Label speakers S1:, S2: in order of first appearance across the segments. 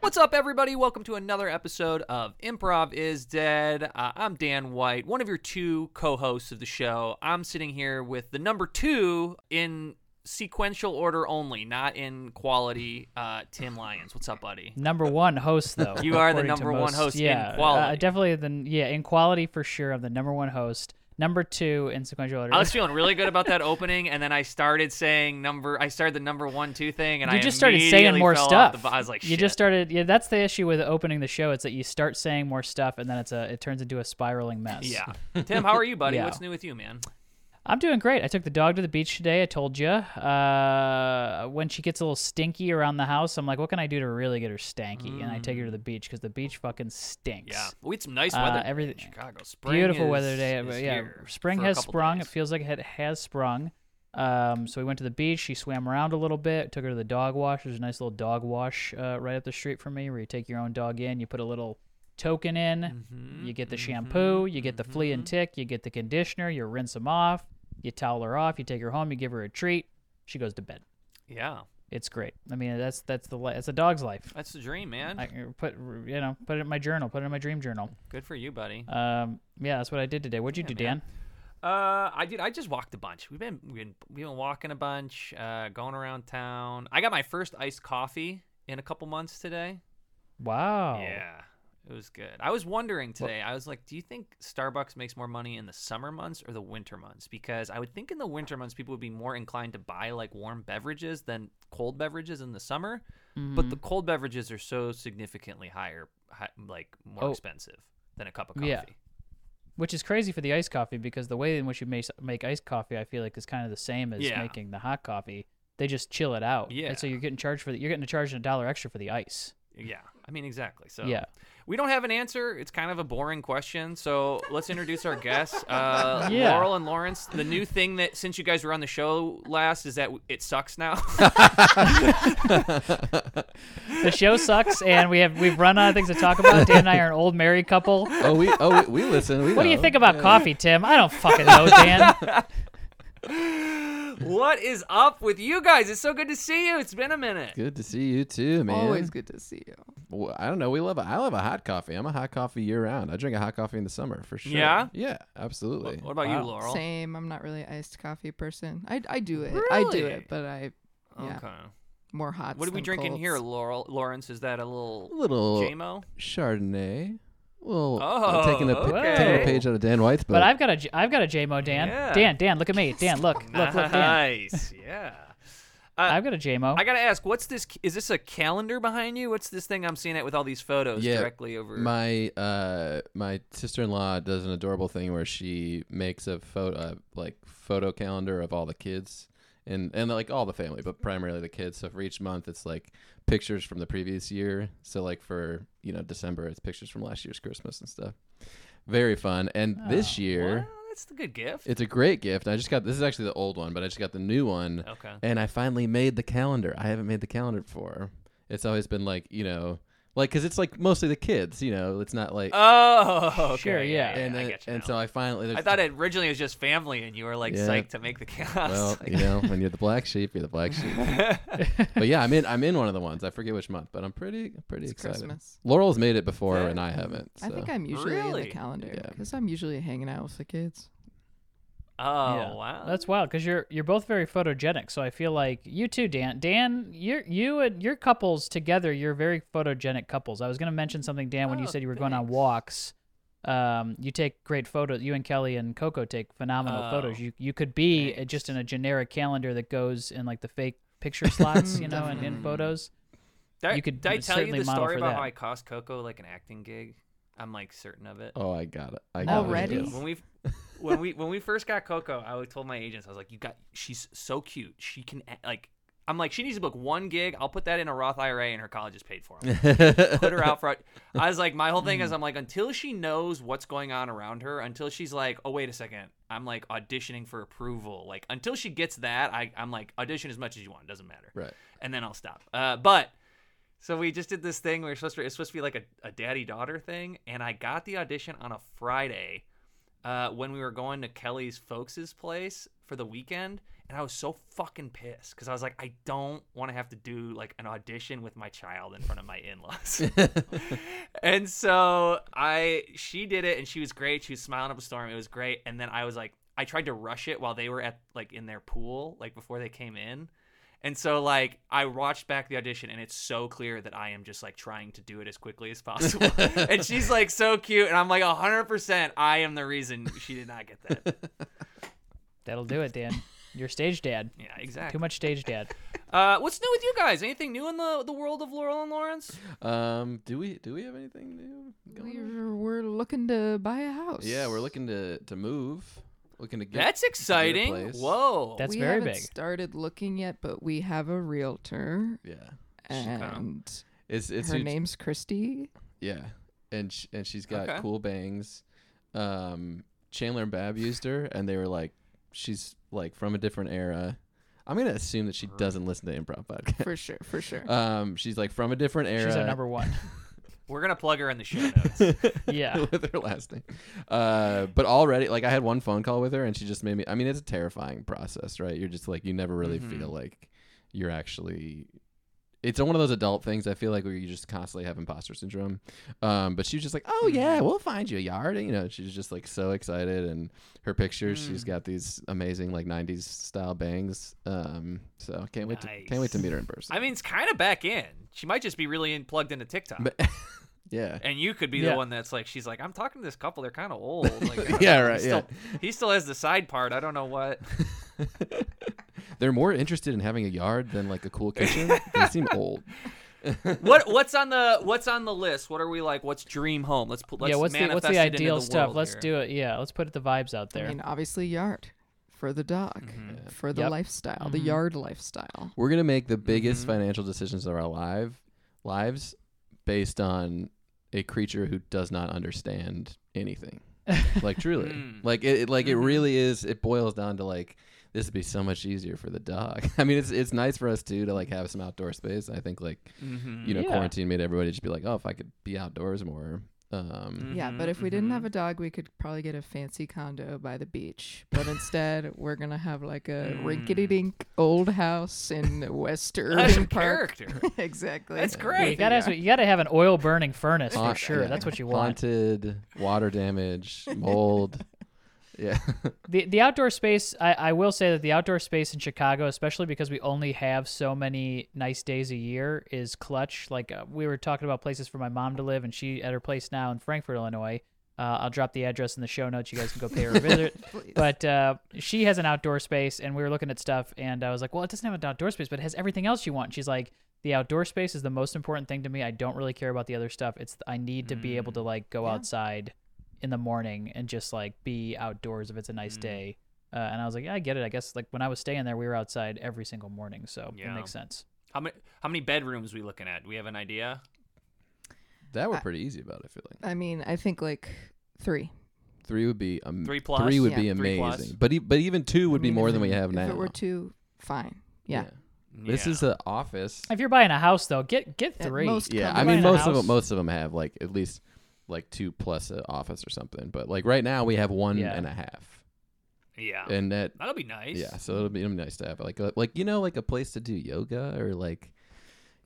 S1: What's up, everybody? Welcome to another episode of Improv is Dead. Uh, I'm Dan White, one of your two co hosts of the show. I'm sitting here with the number two in sequential order only, not in quality, uh, Tim Lyons. What's up, buddy?
S2: number one host though.
S1: You are the
S2: according to
S1: number one
S2: most-
S1: host in
S2: yeah,
S1: quality.
S2: Uh, definitely the yeah in quality for sure. I'm the number one host. Number two in sequential order.
S1: I was feeling really good about that opening, and then I started saying number. I started the number one two thing, and
S2: you
S1: I
S2: just started saying
S1: immediately
S2: more
S1: fell off
S2: stuff.
S1: The, bo- I was like,
S2: you
S1: Shit.
S2: just started. Yeah, that's the issue with opening the show. It's that you start saying more stuff, and then it's a it turns into a spiraling mess.
S1: yeah. Tim, how are you, buddy?
S2: Yeah.
S1: What's new with you, man?
S2: I'm doing great. I took the dog to the beach today. I told you. Uh, when she gets a little stinky around the house, I'm like, what can I do to really get her stanky? And I take her to the beach because the beach fucking stinks.
S1: Yeah, we had some nice
S2: Uh,
S1: weather. today
S2: everything-
S1: in Chicago, spring
S2: beautiful
S1: is-
S2: weather today.
S1: is
S2: but yeah,
S1: here
S2: spring
S1: for a
S2: has
S1: couple
S2: sprung. It
S1: days.
S2: feels like it has sprung. Um, so we went to the beach. She swam around a little bit. Took her to the dog wash. There's a nice little dog wash uh, right up the street from me, where you take your own dog in. You put a little token in.
S1: Mm-hmm.
S2: you get the shampoo. You get the flea and tick. You get the conditioner. You rinse them off. You towel her off. You take her home. You give her a treat. She goes to bed.
S1: Yeah,
S2: It's great. I mean, that's that's the li- that's a dog's life.
S1: that's the dream, man.
S2: I I put you know put it in my journal. Put it in my dream journal.
S1: Good for you, buddy.
S2: Um, yeah, that's what I did today. What'd you do,
S1: man.
S2: Dan?
S1: Uh, I did. I just walked a bunch. We've been we've been, we've been walking a bunch, uh, going around town. I got my first iced coffee in a couple months today.
S2: Wow.
S1: Yeah, it was good. I was wondering today. I was like, do you think Starbucks makes more money in the summer months or the winter months? Because I would think in the winter months people would be more inclined to buy like warm beverages than cold beverages in the summer. But
S2: Mm-hmm.
S1: the cold beverages are so significantly higher, hi, like more
S2: Oh.
S1: expensive than a cup of coffee.
S2: Yeah. Which is crazy for the iced coffee because the way in which you make, make iced coffee, I feel like is kind of the same as
S1: Yeah.
S2: making the hot coffee. They just chill it out. And so
S1: Yeah.
S2: you're getting charged for the, you're getting charged a dollar extra for the ice.
S1: Yeah, I mean exactly. So
S2: Yeah.
S1: we don't have an answer. It's kind of a boring question. So let's introduce our guests, uh,
S2: Yeah.
S1: Laurel and Lawrence. The new thing that since you guys were on the show last is that w- it sucks now.
S2: The show sucks, and we have we've run out of things to talk about. Dan and I are an old married couple.
S3: oh, we oh we, we listen. We
S2: What do you
S3: know.
S2: think about coffee, Tim? I don't fucking know, Dan.
S1: what is up with you guys? It's so good to see you. It's been a minute.
S3: Good to see you too, man.
S4: Always good to see you.
S3: Well, I don't know. We love. I love a hot coffee. I'm a hot coffee year round. I drink a hot coffee in the summer for sure.
S1: Yeah?
S3: Yeah. Absolutely.
S1: What about you,
S2: Wow.
S1: Laurel?
S4: Same. I'm not really an iced coffee person. I, I do it. I do
S1: Really?
S4: it, but I yeah
S1: Okay.
S4: more hot.
S1: What are we drinking here, Laurel? Lawrence, is that a little
S3: A little
S1: JMO?
S3: Chardonnay. A little
S1: Oh,
S3: uh, taking a pi- taking
S1: okay.
S3: a page out of Dan White's book.
S2: But I've got a J- I've got a JMO, Dan.
S1: Yeah.
S2: Dan, Dan, look at me. Dan, look, look, look, Dan.
S1: Nice. yeah.
S2: I've got a JMO.
S1: I gotta ask, what's this? Is this a calendar behind you? What's this thing I'm seeing at with all these photos
S3: Yeah,
S1: directly over?
S3: my uh my sister-in-law does an adorable thing where she makes a photo uh, like photo calendar of all the kids and and like all the family but primarily the kids so for each month it's like pictures from the previous year so like for you know december it's pictures from last year's christmas and stuff very fun and this year
S1: Well, that's the good gift.
S3: it's a great gift i just got this is actually the old one but i just got the new one
S1: okay.
S3: and I finally made the calendar. I haven't made the calendar before. It's always been like, you know, like, cause it's like mostly the kids, you know, it's not like,
S1: Oh, okay.
S2: Sure, yeah.
S3: and,
S1: I
S3: then-
S1: get you
S3: and
S1: now.
S3: so I finally,
S1: I
S3: there's-
S1: thought it originally was just family, and you were like
S3: Yeah.
S1: psyched to make the chaos.
S3: well, you know, when you're the black sheep, you're the black sheep. but yeah, I'm in, I'm in one of the ones. I forget which month, but I'm pretty, pretty
S4: It's
S3: excited.
S4: Christmas.
S3: Laurel's made it before
S1: Yeah.
S3: and I haven't. So.
S4: I think I'm usually in
S1: Really?
S4: the calendar
S3: Yeah.
S4: because I'm usually hanging out with the kids.
S1: oh
S2: Yeah.
S1: wow,
S2: That's wild because you're you're both very photogenic. So I feel like you too, Dan. Dan, you you and your couples together, you're very photogenic couples. I was gonna mention something, Dan, when you
S1: Oh,
S2: said you were going on
S1: thanks.
S2: walks. Um, you take great photos. You and Kelly and Coco take phenomenal
S1: Oh,
S2: photos. You you could be uh, just in a generic calendar that goes in like the fake picture slots, you know, and
S1: Mm.
S2: in photos.
S1: Did I-
S2: You could
S1: did I
S2: most
S1: tell you
S2: certainly
S1: the
S2: model
S1: story
S2: for
S1: about how
S2: that.
S1: I cost Coco like an acting gig? I'm like certain of it.
S3: oh, I got it. I got
S4: Already?
S3: It.
S1: When we when we when we first got Coco, I would told my agents I was like, "You got she's so cute. She can act- like." I'm like, she needs to book one gig. I'll put that in a Roth IRA, and her college is paid for. I'm like, put her out front. I was like, my whole thing is, I'm like, until she knows what's going on around her, until she's like, oh wait a second, I'm like auditioning for approval. Like until she gets that, I, I'm like, audition as much as you want, doesn't matter
S3: Right.
S1: and then I'll stop. Uh, but so we just did this thing. We were supposed to. It's supposed to be like a, a daddy daughter thing, and I got the audition on a Friday uh, when we were going to Kelly's folks' place for the weekend, and I was so fucking pissed because I was like, I don't want to have to do like an audition with my child in front of my in laws. and so I, she did it, and she was great. She was smiling up a storm. It was great. And then I was like, I tried to rush it while they were at like in their pool, like before they came in. And so like I watched back the audition and it's so clear that I am just like trying to do it as quickly as possible. and she's like so cute and I'm like 100% I am the reason she did not get that.
S2: That'll do it, Dan. You're stage dad.
S1: Yeah,
S2: Too
S1: exactly.
S2: much stage dad.
S1: Uh, what's new with you guys? Anything new in the the world of Laurel and Lawrence?
S3: um, do we do we have anything new? Going on?
S4: We're, we're looking to buy a house.
S3: Yeah, we're looking to to move. Looking to get.
S1: That's exciting.
S3: place.
S1: Whoa.
S2: That's
S4: we
S2: very
S4: haven't
S2: big.
S4: started looking yet, but we have a realtor,
S3: yeah.
S4: and
S3: It's it's
S4: her
S3: huge-
S4: name's Christy.
S3: Yeah, and sh- and she's got
S1: Okay.
S3: cool bangs. Um, Chandler and Bab used her, and they were like, she's like from a different era. I'm gonna assume that she doesn't listen to improv podcast.
S4: For sure, for sure.
S3: Um, she's like from a different era.
S2: She's our number one.
S1: We're going to plug her in the show notes.
S2: Yeah.
S3: with her last name. Uh, but already, like I had one phone call with her, and she just made me. I mean, it's a terrifying process, right? You're just like you never really
S1: Mhm.
S3: feel like you're actually. It's one of those adult things I feel like where you just constantly have imposter syndrome. Um, but she was just like, "Oh yeah,
S1: Mm-hmm.
S3: we'll find you a yard." And, you know, she's just like so excited, and her pictures. She's
S1: Mm.
S3: got these amazing like '90s style bangs. Um, so can't wait to can't wait to
S1: Nice.
S3: meet her in person.
S1: I mean, it's kind of back in. She might just be really in, plugged into TikTok.
S3: But- yeah,
S1: and you could be
S2: Yeah.
S1: the one that's like, she's like, I'm talking to this couple. They're kind of old. Like, I don't
S3: Yeah,
S1: know.
S3: right,
S1: He
S3: yeah.
S1: still, he still has the side part. I don't know what.
S3: they're more interested in having a yard than like a cool kitchen. they seem old.
S1: what what's on the what's on the list? What are we like? What's dream home? Let's put. Let's
S2: yeah, what's the
S1: manifest
S2: what's the
S1: it into
S2: ideal
S1: the
S2: stuff?
S1: world
S2: Let's
S1: here.
S2: do it. Yeah, let's put the vibes out there.
S4: I mean, obviously, yard for the dog,
S1: Mm-hmm.
S4: for the
S2: Yep.
S4: lifestyle, the yard lifestyle.
S3: We're gonna make the biggest financial decisions of our live lives based on a creature who does not understand anything. like truly,
S1: Mm.
S3: like it, it- like it really is. It boils down to like this would be so much easier for the dog. I mean, it's it's nice for us too to like have some outdoor space. I think like
S1: Mhm.
S3: you know
S2: Yeah.
S3: quarantine made everybody just be like, oh, if I could be outdoors more. Um,
S4: Yeah, but
S1: Mhm,
S4: if we didn't have
S1: mhm.
S4: a dog, we could probably get a fancy condo by the beach. But instead, we're gonna have like
S1: Mm.
S4: a rinkety dink old house in West
S1: That's
S4: Irving
S1: your
S4: Park.
S1: character.
S4: exactly.
S1: That's
S4: Yeah.
S1: great.
S2: you gotta, have, you gotta have an oil burning furnace for
S3: haunt-
S2: sure.
S3: yeah.
S2: That's what you want.
S3: Haunted, water damage, mold. yeah.
S2: The the outdoor space, I, I will say that the outdoor space in Chicago, especially because we only have so many nice days a year, is clutch. Like uh, we were talking about places for my mom to live, and she at her place now in Frankfort, Illinois. Uh, I'll drop the address in the show notes. You guys can go pay her a visit.
S4: Please.
S2: but uh, she has an outdoor space, and we were looking at stuff, and I was like, "Well, it doesn't have an outdoor space, but it has everything else you want." And she's like, "The outdoor space is the most important thing to me. I don't really care about the other stuff. It's I need to be able
S3: Mm.
S2: to like go outside in the morning and just like be outdoors if it's a
S3: Mm.
S2: nice day." Uh, and I was like, "Yeah, I get it. I guess like when I was staying there, we were outside every single morning, so
S1: Yeah.
S2: it makes sense."
S1: How many how many bedrooms we looking at? Do we have an idea?
S3: That we're
S4: I-
S3: pretty easy about, I feel like.
S4: I mean, I think like three.
S3: Three would be um,
S1: Three plus?
S3: Three would
S4: Yeah.
S3: be
S1: Three plus.
S3: amazing. But e- but even two would
S4: I
S3: be
S4: mean,
S3: more
S4: if
S3: than
S4: it-
S3: we have now.
S4: If it were two, fine. Yeah.
S3: This
S1: Yeah.
S3: is the office.
S2: If you're buying a house though, get get
S4: At
S2: three.
S4: most
S3: yeah,
S4: condo.
S3: I mean
S2: Buying a
S3: most of
S2: house.
S3: them, most of them have like at least like two plus an office or something. But like right now we have one
S2: Yeah.
S3: and a half,
S1: yeah.
S3: and that
S1: That'll be nice.
S3: yeah, so it'll be, it'll be nice to have like a, like you know like a place to do yoga or like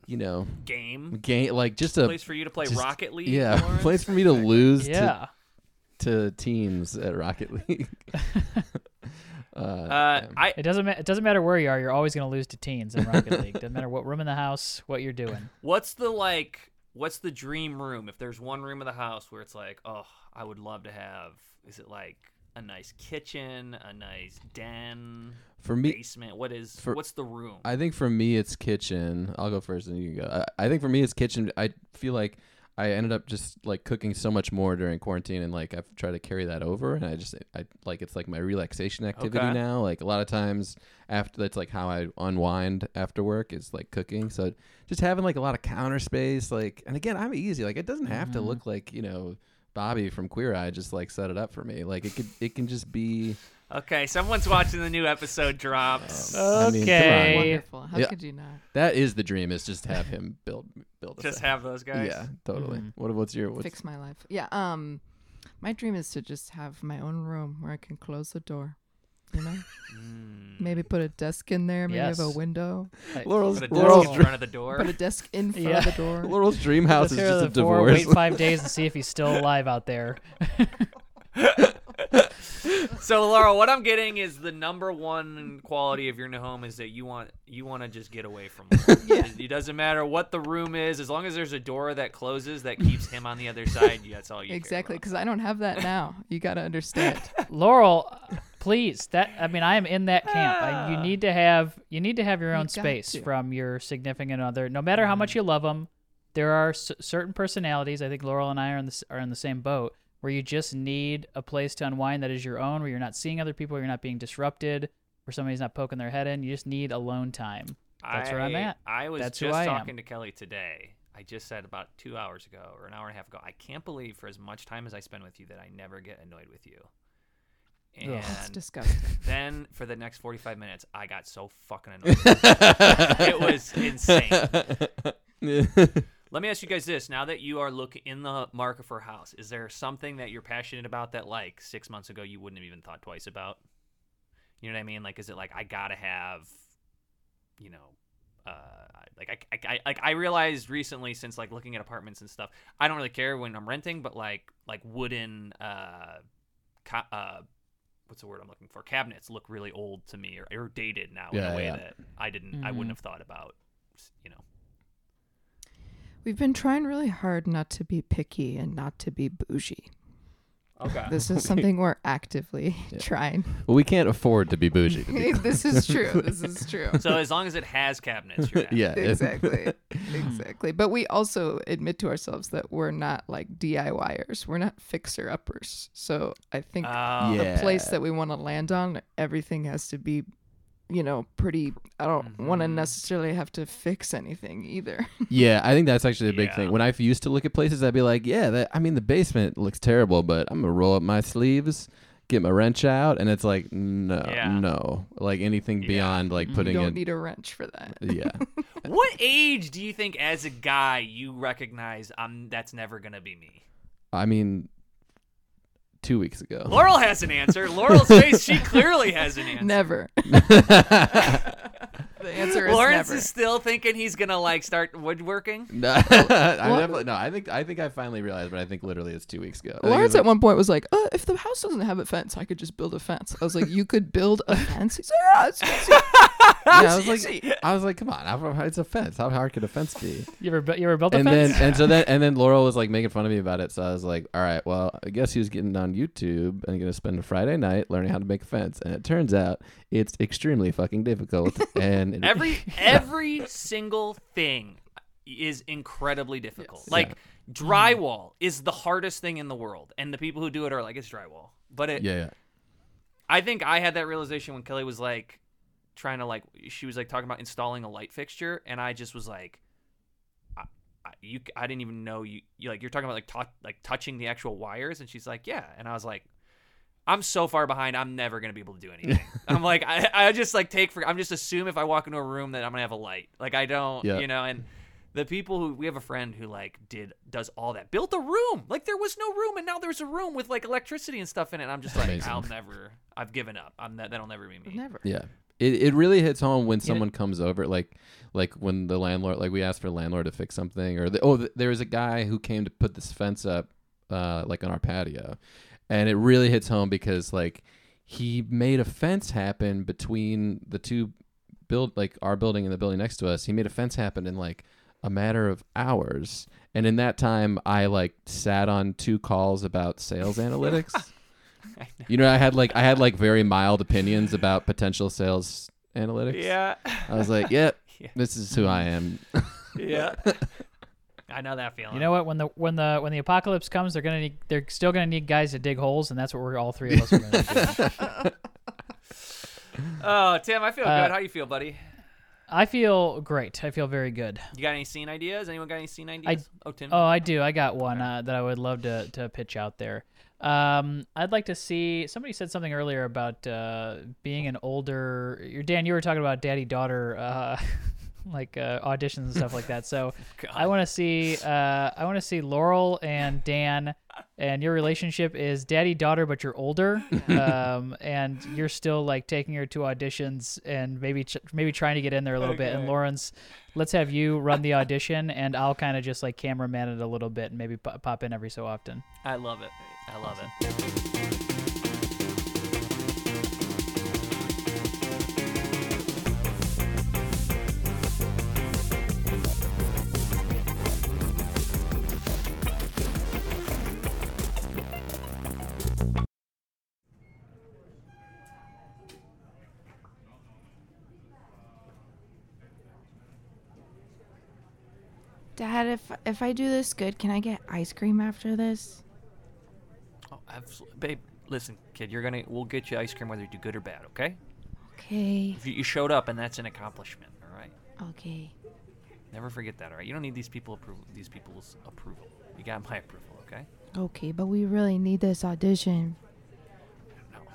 S3: you know
S1: Game
S3: game like just a
S1: place for you to play
S3: just-
S1: Rocket League.
S3: yeah
S1: Lawrence?
S3: place for me to lose to
S2: yeah.
S3: to teams at Rocket League. uh,
S1: Uh,
S3: yeah.
S1: I
S2: It doesn't ma- it doesn't matter where you are, you're always going to lose to teens in Rocket League. Doesn't matter what room in the house, what you're doing.
S1: what's the like what's the dream room? If there's one room of the house where it's like, oh, I would love to have. Is it like a nice kitchen, a nice den,
S3: for me,
S1: basement? What is
S3: for-
S1: what's the room?
S3: I think for me it's kitchen. I'll go first, and you can go. I, I think for me it's kitchen. I feel like I ended up just like cooking so much more during quarantine, and like I've tried to carry that over. And I just I like it's like my relaxation activity
S1: Okay.
S3: now. Like a lot of times after that's like how I unwind after work is like cooking. So just having like a lot of counter space, like and again I'm easy. Like it doesn't have to look like you know. Bobby from Queer Eye just like set it up for me. Like it could, it can just be.
S1: Okay, someone's watching the new episode drops.
S2: Um,
S3: I mean, come on.
S2: Okay.
S4: Wonderful. How
S3: Yeah.
S4: could you not?
S3: That is the dream. Is just have him build, build. us
S1: Just
S3: a
S1: have those guys.
S3: Yeah, totally. What what's your what's,
S4: Fix my life. Yeah. Um, my dream is to just have my own room where I can close the door You know,
S1: Mm.
S4: maybe put a desk in there. Maybe have
S2: Yes.
S4: a window.
S2: Like,
S3: Laurel's
S1: Put a
S2: Laurel's
S1: desk in
S2: dr-
S1: front of the door.
S4: Put a desk in front
S2: Yeah.
S4: of the door.
S3: Laurel's dream house is
S2: let's hear
S3: just a
S2: the four,
S3: divorce.
S2: Wait five days and see if he's still alive out there.
S1: so Laura, what I'm getting is the number one quality of your new home is that you want you want to just get away from him. It it doesn't matter what the room is, as long as there's a door that closes that keeps him on the other side. That's all you care
S4: Exactly,
S1: about.
S4: because I don't have that now. You got to understand.
S2: Laurel, please. That I mean, I am in that camp. I, you
S1: Ah.
S2: need to have you need to have your
S4: You
S2: own
S4: got
S2: space
S4: to.
S2: from your significant other. No matter how
S3: Mm.
S2: much you love them, there are c- certain personalities. I think Laurel and I are in the s- are in the same boat where you just need a place to unwind that is your own, where you're not seeing other people, where you're not being disrupted, where somebody's not poking their head in. You just need alone time. That's where I'm
S1: I-
S2: at.
S1: I was
S2: That's who
S1: just
S2: I am.
S1: talking to Kelly today. I just said about two hours ago or an hour and a half ago. I can't believe for as much time as I spend with you that I never get annoyed with you. And
S4: That's disgusting.
S1: then for the next 45 minutes, I got so fucking annoyed. it was insane. Let me ask you guys this: Now that you are looking in the market for a house, is there something that you're passionate about that, like six months ago, you wouldn't have even thought twice about? You know what I mean? Like, is it like I gotta have, you know, uh, like I, I, I like I realized recently since like looking at apartments and stuff, I don't really care when I'm renting, but like like wooden, uh, co- uh, what's the word I'm looking for? Cabinets look really old to me or, or dated now in
S3: Yeah,
S1: a way
S3: yeah.
S1: that I didn't, I wouldn't
S2: Mhm.
S1: have thought about, you know.
S4: We've been trying really hard not to be picky and not to be bougie.
S1: Okay.
S4: This is something we're actively trying.
S3: well, we can't afford to be bougie. To be
S4: this is true. This is true.
S1: So as long as it has cabinets, you're happy.
S3: yeah, it-
S4: Exactly. Exactly. But we also admit to ourselves that we're not like DIYers. We're not fixer uppers. So I think
S1: Oh,
S3: Yeah.
S4: the place that we want to land on, everything has to be, you know, pretty. I don't want to necessarily have to fix anything either.
S3: yeah. I think that's actually a big
S1: Yeah.
S3: thing. When I used to look at places, I'd be like, "Yeah, that, I mean, the basement looks terrible, but I'm gonna roll up my sleeves, get my wrench out, and it's like, no,
S1: Yeah.
S3: no, like anything
S1: Yeah.
S3: beyond like
S4: You
S3: putting
S4: don't
S3: it,
S4: need a wrench for that.
S3: yeah."
S1: What age do you think, as a guy, you recognize I'm that's never gonna be me?
S3: I mean, two weeks ago.
S1: Laurel has an answer. Laurel's face, she clearly has an answer.
S4: Never. the answer is
S1: Lawrence
S4: never.
S1: is still thinking he's gonna like start woodworking.
S3: No, I definitely no. I think I think I finally realized, but I think literally it's two weeks ago. I think
S4: Lawrence
S3: it
S4: at
S3: was
S4: one point was like, uh, if the house doesn't have a fence, I could just build a fence. I was like, you could build a fence? He's like, yeah, it's easy.
S3: like- yeah, I was
S4: easy.
S3: like, I was like, come on, how- it's a fence. How hard could a fence be?
S2: You ever bu- you ever built a
S3: And
S2: fence?
S3: then and so then and then Laurel was like making fun of me about it. So I was like, all right, well, I guess he was getting on YouTube and gonna spend a Friday night learning how to make a fence. And it turns out it's extremely fucking difficult. And it-
S1: Every every single thing is incredibly difficult.
S4: Yes.
S1: Like drywall is the hardest thing in the world, and the people who do it are like it's drywall. But it,
S3: yeah, yeah.
S1: I think I had that realization when Kelly was like trying to like she was like talking about installing a light fixture, and I just was like, I, I, you, I didn't even know you, you like you're talking about like tou- like touching the actual wires, and she's like, yeah, and I was like. I'm so far behind. I'm never gonna be able to do anything. I'm like, I, I just like take for. I'm just assume if I walk into a room that I'm gonna have a light. Like I don't,
S3: Yeah.
S1: you know. And the people who we have a friend who like did does all that, built a room. Like there was no room, and now there's a room with like electricity and stuff in it. And I'm just like,
S3: Amazing.
S1: I'll never. I've given up. I'm that. That'll never be me.
S4: Never.
S3: Yeah. It, it really hits home when someone comes over, like like when the landlord, like we asked for landlord to fix something, or the, oh, th- there was a guy who came to put this fence up, uh, like on our patio, and it really hits home because like he made a fence happen between the two build, like our building and the building next to us. He made a fence happen in like a matter of hours, and in that time, I like sat on two calls about sales analytics. You know, I had like I had like very mild opinions about potential sales analytics.
S1: Yeah.
S3: I was like, yep,
S1: Yeah.
S3: this is who I am.
S1: Yeah. I know that feeling.
S2: You know what? When the when the when the apocalypse comes, they're gonna need, they're still gonna need guys to dig holes, and that's what we're all three of us are gonna be doing.
S1: Oh, Tim, I feel
S2: Uh,
S1: good. How you feel, buddy?
S2: I feel great. I feel very good.
S1: You got any scene ideas? Anyone got any scene ideas? oh, Tim.
S2: Oh, I do. I got one uh, that I would love to to pitch out there. Um, I'd like to see somebody said something earlier about uh, being an older. Your Dan, you were talking about daddy daughter. Uh, like uh, auditions and stuff like that. So
S1: God.
S2: I want to see uh, I want to see Laurel and Dan, and your relationship is daddy daughter, but you're older, um, and you're still like taking her to auditions and maybe ch- maybe trying to get in there a little bit. And
S1: Okay.
S2: Lawrence, let's have you run the audition, and I'll kind of just like cameraman it a little bit and maybe po- pop in every so often.
S1: I love it. I love it.
S5: Dad, if if I do this good, can I get ice cream after this?
S1: Oh, absolutely. Babe, listen, kid, you're gonna we'll get you ice cream whether you do good or bad, okay?
S5: Okay.
S1: If you, you showed up and that's an accomplishment, all right?
S5: Okay.
S1: Never forget that, all right? You don't need these people approval these people's approval. You got my approval, okay?
S5: Okay, but we really need this audition.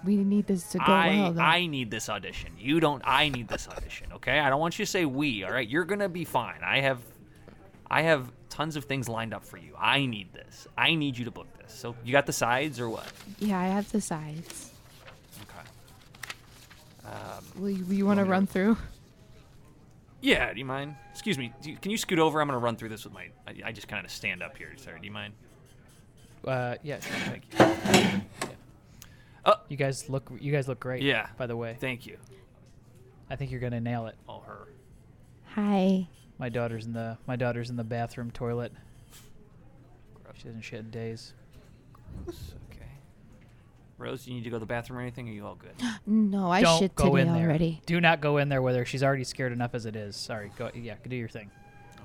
S5: We need this to go
S1: I
S5: well. Though.
S1: I need this audition. You don't I need this audition, okay? I don't want you to say we, all right? You're going to be fine. I have I have tons of things lined up for you. I need this. I need you to book this. So, you got the sides or what?
S5: yeah, I have the sides.
S1: Okay.
S4: Will you, will you want to run through?
S1: Yeah, do you mind? Excuse me. Do you, can you scoot over? I'm gonna run through this with my. I, I just kind of stand up here. Sorry. Do you mind?
S2: Uh, yeah, sure.
S1: Thank you.
S2: you guys look you guys look great.
S1: Oh. Yeah.
S2: By the way,
S1: Thank you.
S2: I think you're gonna nail it.
S1: Oh, her.
S5: Hi.
S2: My daughter's in the my daughter's in the bathroom toilet. She doesn't shit in days.
S1: Okay. Rose, you need to go to the bathroom or anything? Are you all good?
S5: No, I
S2: Don't
S5: shit
S2: go
S5: today
S2: in there.
S5: already.
S2: Do not go in there with her. She's already scared enough as it is. Sorry. Go. Yeah. Do your thing.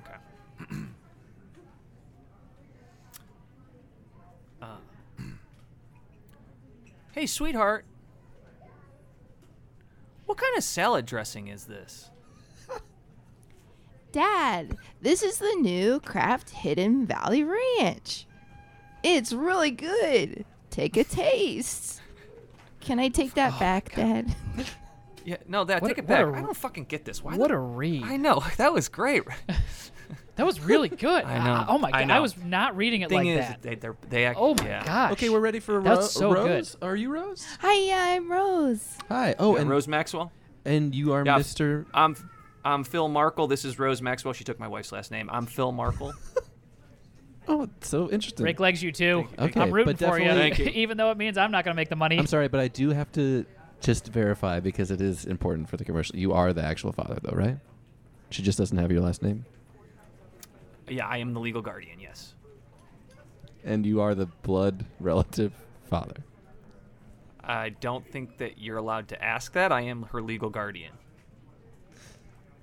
S1: Okay. uh, hey, sweetheart. What kind of salad dressing is this?
S5: Dad, this is the new Kraft Hidden Valley Ranch. It's really good. Take a taste. Can I take
S1: Oh,
S5: that back, Dad?
S1: Yeah, no, that
S2: What
S1: take
S2: a-
S1: it
S2: what
S1: back.
S2: a-
S1: I I don't fucking get this. Why?
S2: What
S1: the,
S2: a read.
S1: I know that was great.
S2: That was really good.
S1: I know.
S2: oh my
S1: I
S2: god. I,
S1: know.
S2: was not reading it
S1: thing
S2: like
S1: is,
S2: that.
S1: they they're, they act.
S2: oh my
S1: yeah.
S2: gosh.
S3: Okay, we're ready for Ro-
S2: That's so good.
S3: Rose. Are you Rose?
S5: Hi, uh, I'm Rose.
S3: Hi. Oh,
S1: and
S3: and
S1: Rose Maxwell.
S3: and you are
S1: Yeah.
S3: Mr.
S1: I'm I'm Phil Markle. This is Rose Maxwell. She took my wife's last name. I'm Phil Markle.
S3: Oh, so interesting.
S2: Rick legs you too.
S3: Okay,
S2: I'm rooting
S3: but
S2: for you,
S1: definitely- Thank you.
S2: even though it means I'm not gonna make the money.
S3: I'm sorry, but I do have to just verify because it is important for the commercial. You are the actual father, though, right? She just doesn't have your last name,
S1: yeah, I am the legal guardian. Yes.
S3: and you are the blood relative father.
S1: I don't think that you're allowed to ask that. I am her legal guardian.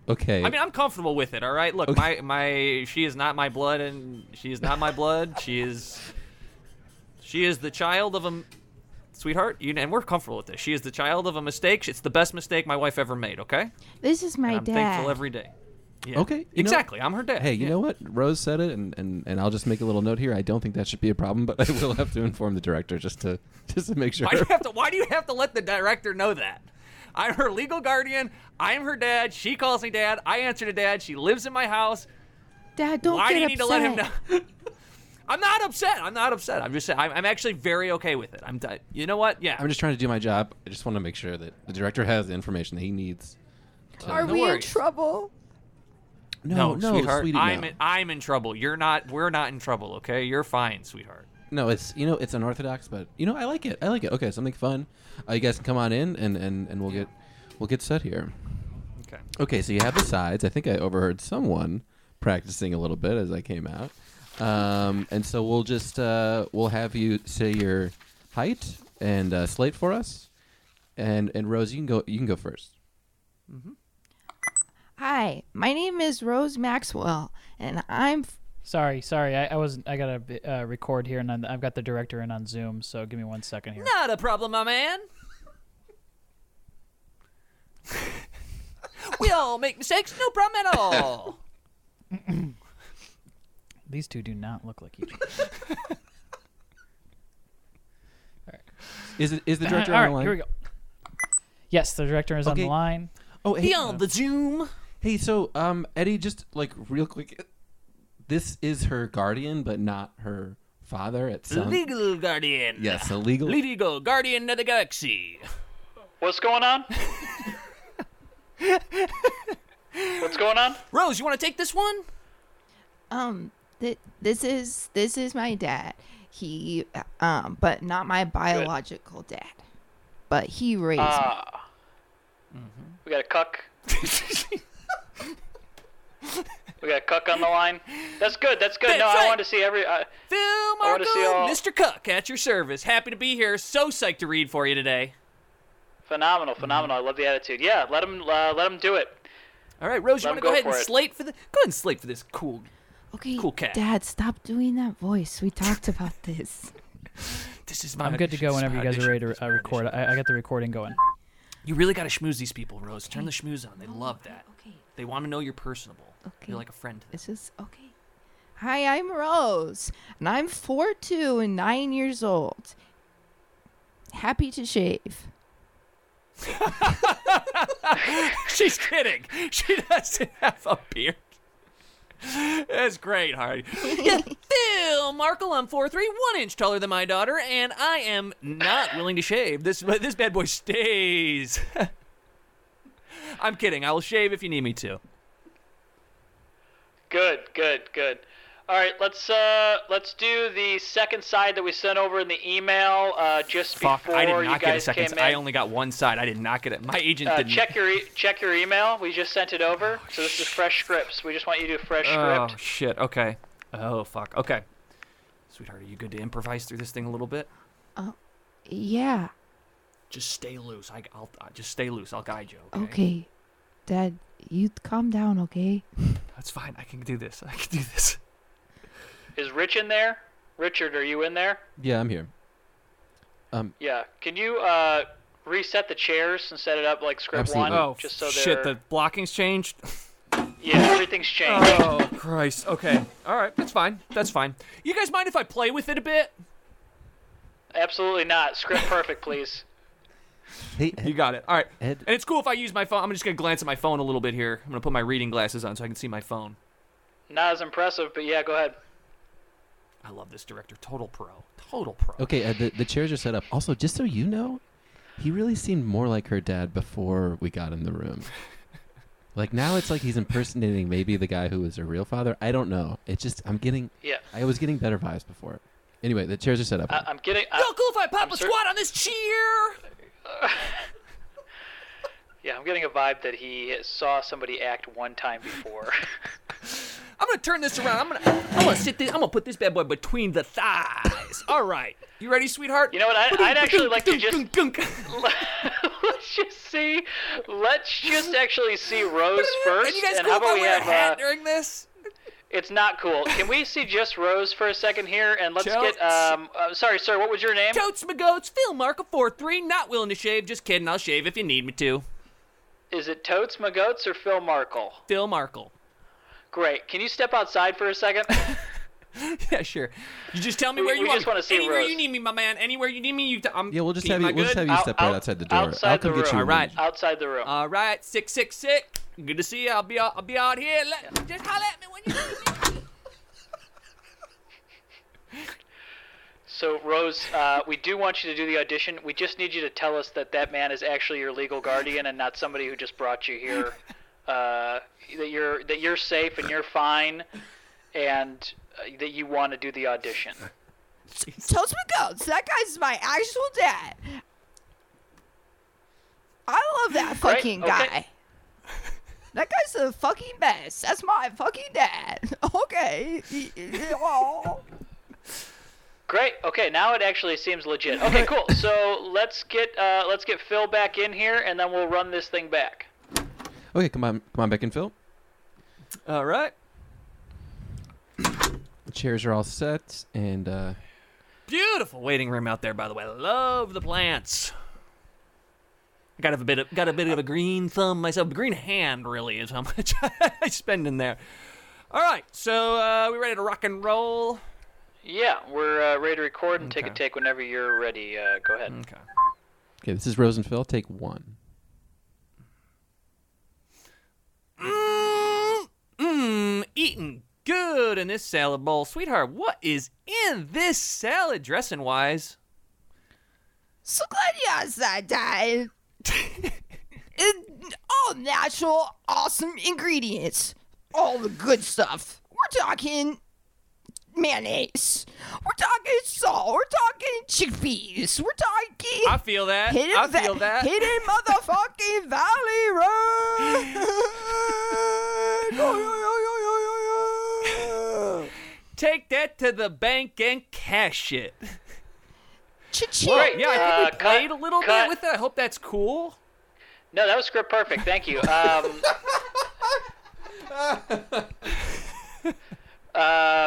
S3: Okay.
S1: I mean, I'm comfortable with it. All right. Look, my my she is not my blood, and she is not my blood. She is she is the child of a m- sweetheart. You and we're comfortable with this. She is the child of a mistake. It's the best mistake my wife ever made. Okay.
S5: This is my
S1: and I'm
S5: dad.
S1: thankful every day. Yeah.
S3: Okay, you know-
S1: Exactly. I'm her dad.
S3: Hey, you
S1: Yeah.
S3: know what? Rose said it, and, and, and I'll just make a little note here. I don't think that should be a problem, but I will have to inform the director just to just to make sure.
S1: Why do you have to? Why do you have to let the director know that? I'm her legal guardian. I'm her dad. She calls me dad. I answer to dad. She lives in my house.
S5: Dad, don't
S1: why do
S5: get
S1: you
S5: upset.
S1: need to let him know? I'm not upset. I'm not upset. I'm just saying. I'm, I'm actually very okay with it. I'm. di- You know what? Yeah.
S3: I'm just trying to do my job. I just want to make sure that the director has the information that he needs.
S5: Are
S1: No
S5: we
S1: worries.
S5: in trouble?
S1: no,
S3: no,
S1: sweetheart.
S3: sweetie,
S1: I'm
S3: no.
S1: in, I'm in trouble. You're not. We're not in trouble. Okay. You're fine, sweetheart.
S3: No, it's you know it's unorthodox, but you know I like it. I like it. Okay, something fun. Uh, you guys can come on in, and and and we'll get we'll get set here.
S1: Okay.
S3: Okay, so you have the sides. I think I overheard someone practicing a little bit as I came out. Um, and so we'll just uh, we'll have you say your height and uh, slate for us. And and Rose, you can go. You can go first.
S5: Hi, my name is Rose Maxwell, and I'm f-
S2: sorry. Sorry. I, I wasn't. I gotta uh, record here, and i I've got the director in on Zoom. So give me one second here.
S1: Not a problem, my man. we all make mistakes. No problem at all.
S2: These two do not look like each other.
S3: Is it is the director
S2: Uh, All
S3: on
S2: right,
S3: the line?
S2: here we go. Yes, the director is on
S3: Okay.
S2: the line.
S3: Oh, hey,
S1: the Zoom.
S3: Hey, so um, Eddie, just like real quick, this is her guardian, but not her father. It sounds
S1: Legal guardian.
S3: yes, a legal.
S1: Legal guardian of the galaxy.
S6: What's going on? What's going on?
S1: Rose, you want to take this one?
S5: um th- this is this is my dad he um but not my biological dad but he raised
S1: Ah,
S5: me
S6: Uh, We got a cuck. we got a cuck on the line. That's good. That's good. no,
S1: That's
S6: I
S1: right.
S6: wanted to see every. Uh,
S1: Phil
S6: I wanna
S1: Marco,
S6: see all-
S1: Mr. Cook, at your service. Happy to be here. So psyched to read for you today.
S6: phenomenal, phenomenal. I love the attitude. Yeah, let him, uh, let him do it.
S1: All right, Rose, you want to
S6: Let him
S1: go,
S6: go
S1: ahead and
S6: for it.
S1: slate for the go ahead and slate for this cool.
S5: okay
S1: Cool cat.
S5: dad stop doing that voice we talked about this
S1: This is my.
S2: I'm good to
S1: audition, this is
S2: go whenever
S1: my
S2: you guys are
S1: audition,
S2: ready
S1: this is
S2: to uh,
S1: my
S2: record. I, I got the recording going.
S1: audition. You really got to schmooze these people, Rose. Turn the schmooze on. They love that.
S5: okay
S1: They want to know you're personable.
S5: Okay.
S1: You're like a friend to them.
S5: this is okay hi i'm rose and i'm four two and nine years old happy to shave
S1: She's kidding. She doesn't have a beard. That's great, Hardy. Yeah, Phil Markle, I'm 4'3", one inch taller than my daughter, and I am not willing to shave. This this bad boy stays. I'm kidding. I will shave if you need me to.
S6: Good, good, good. All right, let's uh, let's do the second side that we sent over in the email uh, just
S1: Fuck,
S6: before
S1: I did
S6: you
S1: not get a
S6: guys
S1: second.
S6: came
S1: I
S6: in.
S1: only got one side. I did not get it. My agent
S6: uh,
S1: didn't.
S6: check your e- check your email. We just sent it over, so this is fresh scripts. We just want you to do fresh
S1: Oh
S6: script.
S1: shit. Okay. Oh fuck. Okay. Sweetheart, are you good to improvise through this thing a little bit?
S5: yeah
S1: Just stay loose. I, I'll I, just stay loose. I'll guide you.
S5: okay, dad you calm down okay
S1: That's fine. I can do this. I can do this.
S6: Is Rich in there? Richard, are you in there?
S3: Yeah, I'm here.
S6: Yeah. Can you uh, reset the chairs and set it up like script
S3: Absolutely.
S6: one?
S3: Oh,
S1: Oh,
S6: just so
S1: shit.
S6: they're-
S1: The blocking's changed.
S6: yeah, everything's changed.
S1: Oh, Christ. Okay. All right. That's fine. That's fine. You guys mind if I play with it a bit?
S6: Absolutely not. Script perfect, please.
S3: Hey,
S1: You got it. All right.
S3: Ed-
S1: And it's cool if I use my phone. I'm just going to glance at my phone a little bit here. I'm going to put my reading glasses on so I can see my phone.
S6: Not as impressive, but yeah, go ahead.
S1: I love this director. Total pro. Total pro.
S3: Okay, uh, the, the chairs are set up. Also, just so you know, he really seemed more like her dad before we got in the room. like now, it's like he's impersonating maybe the guy who was her real father. I don't know. It's just I'm getting.
S6: Yeah.
S3: I was getting better vibes before. Anyway, the chairs are set up.
S6: I- I'm getting. I-
S1: Feel cool if I pop
S6: I'm
S1: a
S6: cer-
S1: squat on this cheer.
S6: yeah, I'm getting a vibe that he saw somebody act one time before.
S1: I'm gonna turn this around. I'm gonna, I'm gonna sit this. I'm gonna put this bad boy between the thighs. All right, you ready, sweetheart?
S6: You know what? I, I'd actually like to just
S1: Gunk, gunk.
S6: let's just see. Let's just actually see Rose first.
S1: And you guys
S6: how
S1: cool if
S6: about
S1: I
S6: we
S1: wear a
S6: have?
S1: hat
S6: uh,
S1: during this?
S6: it's not cool. Can we see just Rose for a second here? And let's
S1: Totes.
S6: get. Um, uh, sorry, sir. What was your name?
S1: Totes my goats. Phil Mark a four three. Not willing to shave. Just kidding. I'll shave if you need me to.
S6: Is it Totes McGoats or Phil Markle?
S1: Phil Markle.
S6: Great. Can you step outside for a second?
S1: Yeah, sure. You just tell me
S6: We-
S1: where you
S6: we
S1: want.
S6: just
S1: me.
S6: wanna see
S1: Anywhere
S6: Rose.
S1: you need me, my man. Anywhere you need me, you. T- I'm.
S3: yeah, we'll just
S1: Pete,
S3: have
S1: am
S3: you.
S1: I
S3: We'll just
S1: good?
S3: have you
S6: Out-
S3: step right
S6: out-
S3: outside the door. I'll
S6: outside the
S3: come get you.
S6: room.
S3: when
S1: Alright.
S3: you-
S6: outside the room.
S1: All right, six six six. Good to see you. I'll be out. I'll be out here. Let, just holler at me when you need me.
S6: so Rose, uh, we do want you to do the audition. We just need you to tell us that that man is actually your legal guardian and not somebody who just brought you here. Uh, that you're that you're safe and you're fine, and uh, that you want to do the audition.
S5: Toast my goats. That guy's my actual dad. I love that
S6: Great,
S5: fucking
S6: okay.
S5: guy. That guy's the fucking best. That's my fucking dad. Okay. Oh.
S6: Great. Okay, now it actually seems legit. Okay, cool. So let's get uh, let's get Phil back in here, and then we'll run this thing back.
S3: Okay, come on, come on, Beck and Phil.
S1: All right.
S3: The chairs are all set, and uh,
S1: Beautiful waiting room out there, by the way. Love the plants. I got a bit of got a bit of a green thumb myself. Green hand really is how much I spend in there. All right, so uh, we ready to rock and roll?
S6: Yeah, we're uh, ready to record and take a
S1: Okay.
S6: take whenever you're ready. Uh, go ahead.
S1: Okay.
S3: okay, this is Rose and Phil. Take one.
S1: Mmm, mmm, eating good in this salad bowl. Sweetheart, what is in this salad dressing wise?
S5: So glad you asked that, Dad. It- all natural, awesome ingredients. All the good stuff. We're talking mayonnaise. We're talking salt. We're talking chickpeas. We're talking
S1: I feel that.
S5: hidden,
S1: I
S5: va-
S1: feel that.
S5: hidden motherfucking valley road. Yo, yo, yo, yo, yo, yo, yo.
S1: Take that to the bank and cash it.
S5: Cha-ching.
S1: Right, yeah, I think we
S6: Uh, cut,
S1: played a little
S6: cut.
S1: bit with it. I hope that's cool.
S6: No, that was script perfect. Thank you. Um, uh,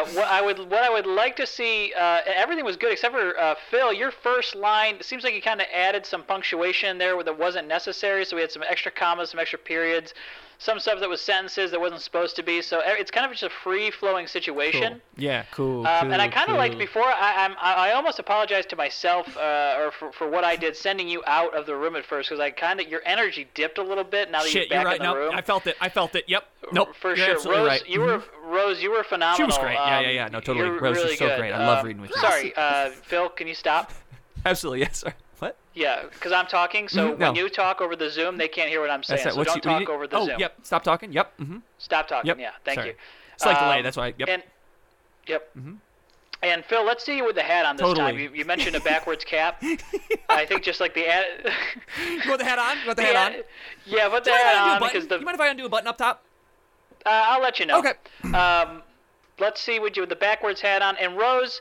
S6: what I would what I would like to see uh, everything was good except for uh, Phil. Your first line it seems like you kind of added some punctuation in there where that wasn't necessary. So we had some extra commas, some extra periods, some stuff that was sentences that wasn't supposed to be. So e- it's kind of just a free flowing situation.
S1: Yeah, cool.
S6: Um, and I kind of like before I, I'm, I I almost apologize to myself uh, or for, for what I did sending you out of the room at first because I kind of your energy dipped a little bit now that
S1: Shit,
S6: you're
S1: you're
S6: back
S1: right.
S6: in the
S1: No,
S6: room.
S1: I felt it. I felt it. Yep. Nope.
S6: for
S1: you're
S6: sure,
S1: absolutely
S6: Rose,
S1: right. Mm-hmm.
S6: you were Rose, you were phenomenal.
S1: She was great. Yeah,
S6: Um,
S1: yeah, yeah. No, totally.
S6: you're
S1: Rose, you're
S6: really
S1: so
S6: good.
S1: great. I love
S6: Um,
S1: reading with you.
S6: Sorry, uh, Phil, can you stop?
S1: Mm-hmm. Absolutely. Yes. Sorry. What?
S6: Yeah, because I'm talking, so
S1: Mm-hmm. no.
S6: when you talk over the Zoom, they can't hear what I'm saying.
S1: That's that.
S6: So
S1: What's
S6: don't
S1: you- what
S6: talk
S1: you need-
S6: over the
S1: oh,
S6: Zoom.
S1: yep. Stop talking. Yep. Mm-hmm.
S6: Stop talking.
S1: Yep.
S6: Yeah, thank
S1: Sorry.
S6: you.
S1: Slight delay.
S6: Um,
S1: That's why. Yep. Mm-hmm.
S6: And yep. And Phil, let's see you with the hat on this
S1: Totally.
S6: time. You, you mentioned a backwards cap. I think just like the ad-
S1: you want the hat on? You want the
S6: the
S1: hat
S6: ad-
S1: on?
S6: Yeah, put the
S1: Do you mind if I undo a
S6: hat on
S1: button?
S6: because the
S1: You mind if I undo a button up top?
S6: uh, I'll let you know.
S1: Okay.
S6: Um, let's see what you with the backwards hat on and Rose.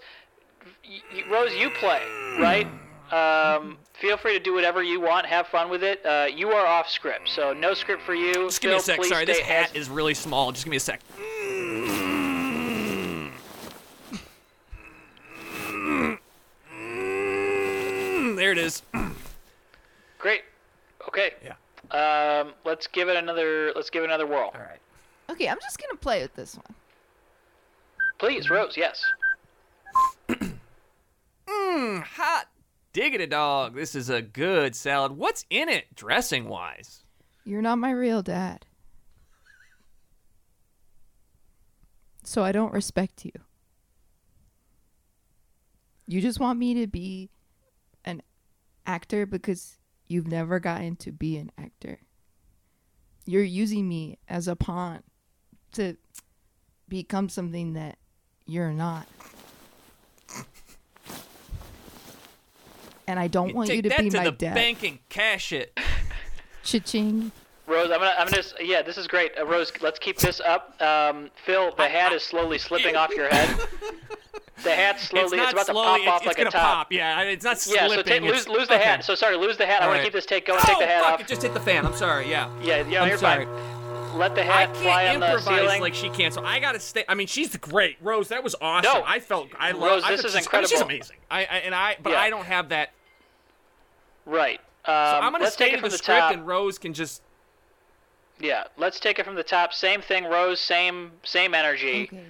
S6: Y- y- Rose, you play right. Um, feel free to do whatever you want. Have fun with it. Uh, you are off script, so no script for you.
S1: Just give me a
S6: Phil,
S1: sec.
S6: please
S1: Sorry, this
S6: stay
S1: hat
S6: as-
S1: is really small. Just give me a sec. There it is.
S6: great. Okay.
S1: Yeah.
S6: Um, let's give it another. Let's give it another whirl.
S1: All right.
S5: Okay, I'm just gonna play with this one.
S6: Please, Rose. Yes.
S1: Mm, hot diggity dog. This is a good salad. What's in it, dressing wise?
S5: You're not my real dad. So I don't respect you. You just want me to be an actor because you've never gotten to be an actor. You're using me as a pawn to become something that you're not. And I don't want you
S1: Take
S5: to
S1: that
S5: be
S1: to
S5: my
S1: the
S5: dad.
S1: bank and cash it.
S5: Cha-ching.
S6: Rose, I'm gonna, I'm gonna, yeah, this is great. Uh, Rose, let's keep this up. Um, Phil, the hat is slowly slipping off your head. The hat's
S1: It's
S6: slowly,
S1: not
S6: it's, about
S1: slowly.
S6: to
S1: it's
S6: pop off
S1: it's
S6: like
S1: gonna
S6: a top.
S1: pop. Yeah, I- it's not
S6: Yeah,
S1: slipping.
S6: so take,
S1: it's-
S6: lose, lose the hat.
S1: okay.
S6: So sorry, lose the hat. I
S1: All
S6: want
S1: right.
S6: to keep this take going.
S1: oh,
S6: take the hat
S1: fuck,
S6: off.
S1: It just hit the fan. I'm sorry. Yeah.
S6: yeah, yeah,
S1: I'm
S6: you're
S1: sorry.
S6: fine. Let the
S1: I
S6: hat fly
S1: can't
S6: on the
S1: improvise
S6: ceiling.
S1: like she can, so I gotta stay. I mean, she's great, Rose. That was awesome.
S6: No.
S1: I felt I love.
S6: Rose,
S1: I
S6: this
S1: thought she's-
S6: is
S1: I mean, She's
S6: incredible.
S1: amazing. I, I and I, but
S6: Yeah.
S1: I don't have that.
S6: right. Um,
S1: So I'm gonna
S6: let's
S1: stay
S6: take it
S1: to the,
S6: from the,
S1: script,
S6: top.
S1: and Rose can just.
S6: Yeah, let's take it from the top. Same thing, Rose. Same, same energy.
S5: Okay.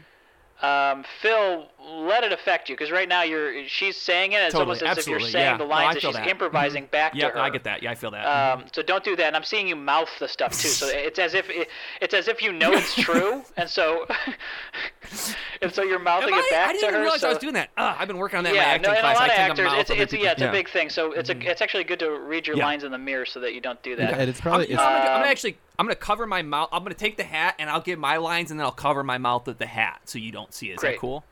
S6: Um, Phil, let it affect you because right now you're she's saying it. It's
S1: Totally,
S6: almost as if you're
S1: absolutely,
S6: saying
S1: yeah.
S6: the
S1: No, I
S6: lines that
S1: feel
S6: she's
S1: that. Mm-hmm.
S6: improvising back
S1: Yep,
S6: to her.
S1: I get that. Mm-hmm. Yeah, I feel that.
S6: Um, so don't do that. And I'm seeing you mouth the stuff too. So it's as if it, it's as if you know it's true, and so and so you're
S1: Am
S6: mouthing
S1: I,
S6: it back
S1: I didn't
S6: to
S1: even
S6: her.
S1: realize
S6: so
S1: I was doing that. Ugh, I've been working on that
S6: yeah,
S1: in my acting
S6: no, and a
S1: class.
S6: lot
S1: I
S6: of
S1: think I'm
S6: actors,
S1: mouth
S6: it's
S1: other
S6: it's
S1: people. Mm-hmm.
S6: yeah, it's a big thing. So it's a it's actually good to read your
S1: Yeah.
S6: lines in the mirror so that you don't do that.
S3: And it's probably
S1: I'm,
S3: it's,
S1: so I'm gonna, I'm gonna
S6: Um,
S1: actually I'm gonna cover my mouth. I'm gonna take the hat and I'll give my lines and then I'll cover my mouth with the hat so you don't see it. Is that
S6: Great.
S1: cool?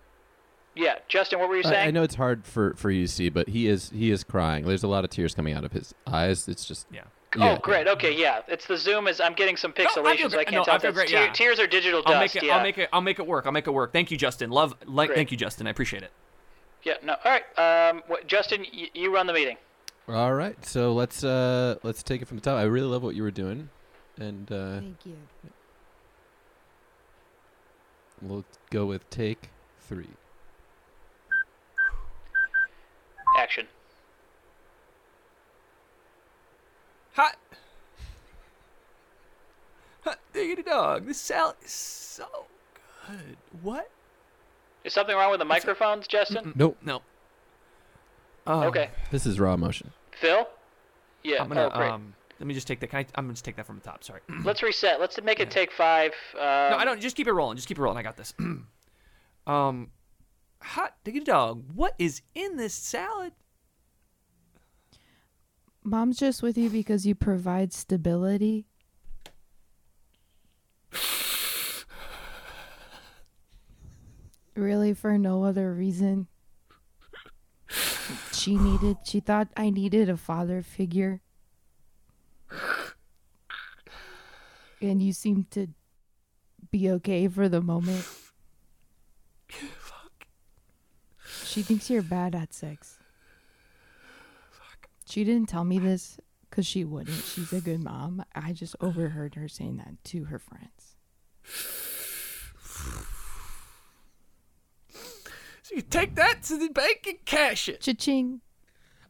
S6: Yeah, Justin, what were you saying?
S3: I, I know it's hard for for you to see, but he is he is crying. There's a lot of tears coming out of his eyes. It's just
S1: Yeah.
S3: yeah.
S6: oh, great. Okay, yeah. It's the Zoom is. I'm getting some
S1: I feel
S6: pixelation, so I
S1: great.
S6: can't
S1: No,
S6: tell
S1: I
S6: if
S1: feel
S6: that's
S1: great,
S6: tear-
S1: yeah.
S6: tears or digital
S1: I'll
S6: dust.
S1: make it.
S6: yeah.
S1: I'll make it. I'll make it work. I'll make it work. Thank you, Justin. Love. Like,
S6: Great.
S1: thank you, Justin. I appreciate it.
S6: Yeah. No. All right. Um, what, Justin, y- you run the meeting.
S3: All right, so let's uh let's take it from the top. I really love what you were doing, and uh,
S5: Thank you.
S3: we'll go with take three.
S6: Action.
S1: Hot. Hot diggity dog. This salad is so good. What?
S6: Is something wrong with the microphones, Justin?
S3: Nope,
S1: No. Oh,
S6: Okay.
S3: this is raw emotion.
S6: Phil. Yeah.
S1: I'm gonna
S6: oh, great.
S1: um. Let me just take that. Can I? I'm gonna just take that from the top. Sorry.
S6: Let's reset. Let's make it take five. Um,
S1: No, I don't. Just keep it rolling. Just keep it rolling. I got this. um, hot diggity dog. What is in this salad?
S5: Mom's just with you because you provide stability. Really, for no other reason. She needed, she thought I needed a father figure. And you seem to be okay for the moment. She thinks you're bad at sex. She didn't tell me this because she wouldn't. She's a good mom. I just overheard her saying that to her friends.
S1: So you take that to the bank and cash it.
S5: Cha-ching.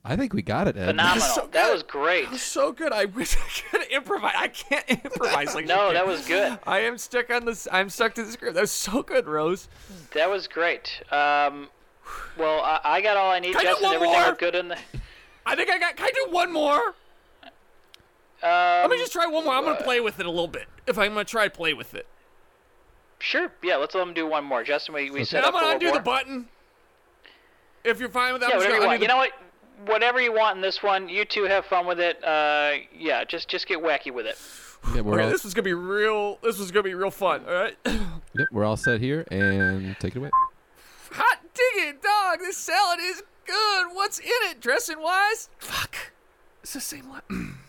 S3: I think we got it, Ed.
S6: Phenomenal.
S1: so
S6: that
S1: good.
S6: was great.
S1: So good. I wish I could improvise. I can't improvise like
S6: No,
S1: she
S6: that
S1: can.
S6: was good.
S1: I am stuck on this. I'm stuck to the script. That was so good, Rose.
S6: That was great. Um, well, I, I got all I need.
S1: Can I get
S6: Justin,
S1: one
S6: everything
S1: more?
S6: looked good in the.
S1: I think I got. Can I do one more?
S6: Um,
S1: Let me just try one more. I'm gonna play with it a little bit. If I'm gonna try to play with it,
S6: Sure. Yeah, let's let him do one more. Justin, we, we set
S1: and I'm
S6: up for
S1: gonna
S6: one
S1: undo
S6: more.
S1: the button. If you're fine with that,
S6: Yeah,
S1: I'm just
S6: whatever
S1: gonna
S6: you
S1: undo
S6: want.
S1: the
S6: You know what? Whatever you want in this one, you two have fun with it. Uh, yeah, just just get wacky with it.
S3: Yeah, we're,
S1: Okay,
S3: all,
S1: this was gonna be real. This was gonna be real fun. All right.
S3: yep, we're all set here, and take it away.
S1: Hot digging, dog. This salad is good. What's in it, dressing wise? Fuck. It's the same one.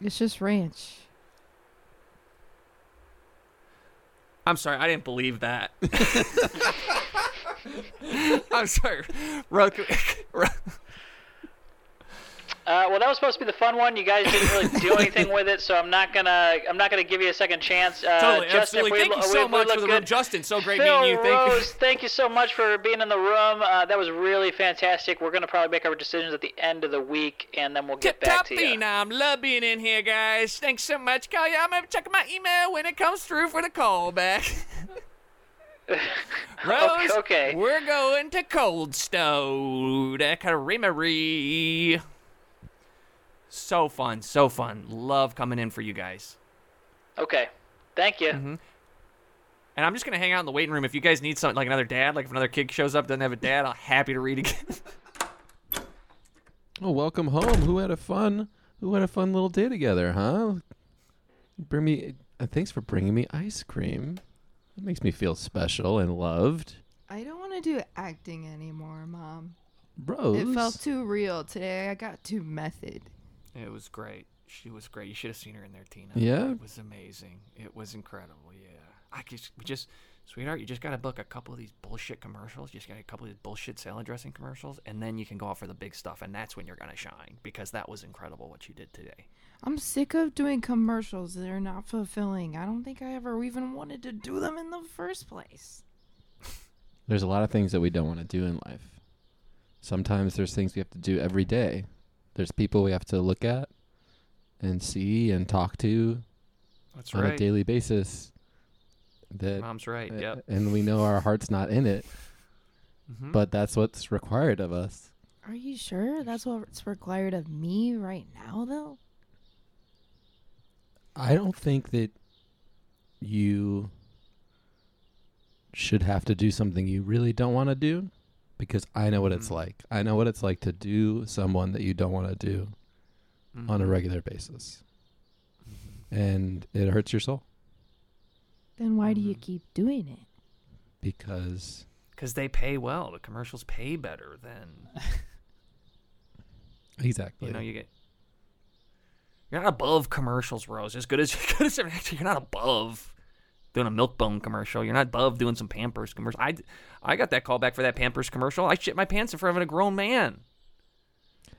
S5: It's just ranch.
S1: I'm sorry. I didn't believe that. I'm sorry. Ro- Ro-
S6: Uh, well, that was supposed to be the fun one. You guys didn't really do anything with it, so I'm not gonna I'm not gonna give you a second chance. Uh,
S1: Totally,
S6: Justin, if
S1: absolutely.
S6: we
S1: Thank
S6: lo-
S1: you so
S6: if we
S1: much
S6: look
S1: for the
S6: good.
S1: room, Justin. So great
S6: Phil
S1: meeting you. Thank you.
S6: Rose, thank you so much for being in the room. Uh, that was really fantastic. We're gonna probably make our decisions at the end of the week, and then we'll get
S1: Tip
S6: back
S1: top
S6: to you.
S1: phenom, love being in here, guys. Thanks so much, Call you. I'm gonna check my email when it comes through for the callback. Rose,
S6: okay.
S1: we're going to Cold Stone at Creamery. So fun, so fun. Love coming in for you guys.
S6: Okay, thank you.
S1: Mm-hmm. And I'm just gonna hang out in the waiting room. If you guys need something like another dad, like if another kid shows up doesn't have a dad, I'm happy to read again.
S3: Oh, welcome home. Who had a fun? Who had a fun little day together, huh? Bring me. Uh, thanks for bringing me ice cream. It makes me feel special and loved.
S5: I don't want to do acting anymore, Mom.
S3: Rose.
S5: It felt too real. Today I got too method.
S1: It was great. She was great. You should have seen her in there, Tina.
S3: Yeah?
S1: It was amazing. It was incredible. Yeah. I just, we just, sweetheart, you just got to book a couple of these bullshit commercials. You just got a couple of these bullshit salad dressing commercials, and then you can go out for the big stuff, and that's when you're going to shine because that was incredible what you did today.
S5: I'm sick of doing commercials that are not fulfilling. I don't think I ever even wanted to do them in the first place.
S3: There's a lot of things that we don't want to do in life. Sometimes there's things we have to do every day. There's people we have to look at and see and talk to
S1: That's
S3: on a daily basis. That
S1: Mom's right.
S3: uh,
S1: Yep.
S3: and we know our heart's not in it, but that's what's required of us.
S5: Are you sure that's what's required of me right now, though?
S3: I don't think that you should have to do something you really don't want to do because I know what it's
S1: Mm-hmm.
S3: like. I know what it's like to do someone that you don't want to do on
S1: Mm-hmm.
S3: a regular basis. And it hurts your soul
S5: Then why
S1: Mm-hmm.
S5: do you keep doing it?
S3: because
S1: Because they pay well. The commercials pay better than,
S3: exactly.
S1: you know, you get. You're not above commercials, Rose. As good as you're good as an actor, you're not above doing a Milkbone commercial. You're not above doing some Pampers commercial. I, I got that call back for that Pampers commercial. I shit my pants in front of a grown man.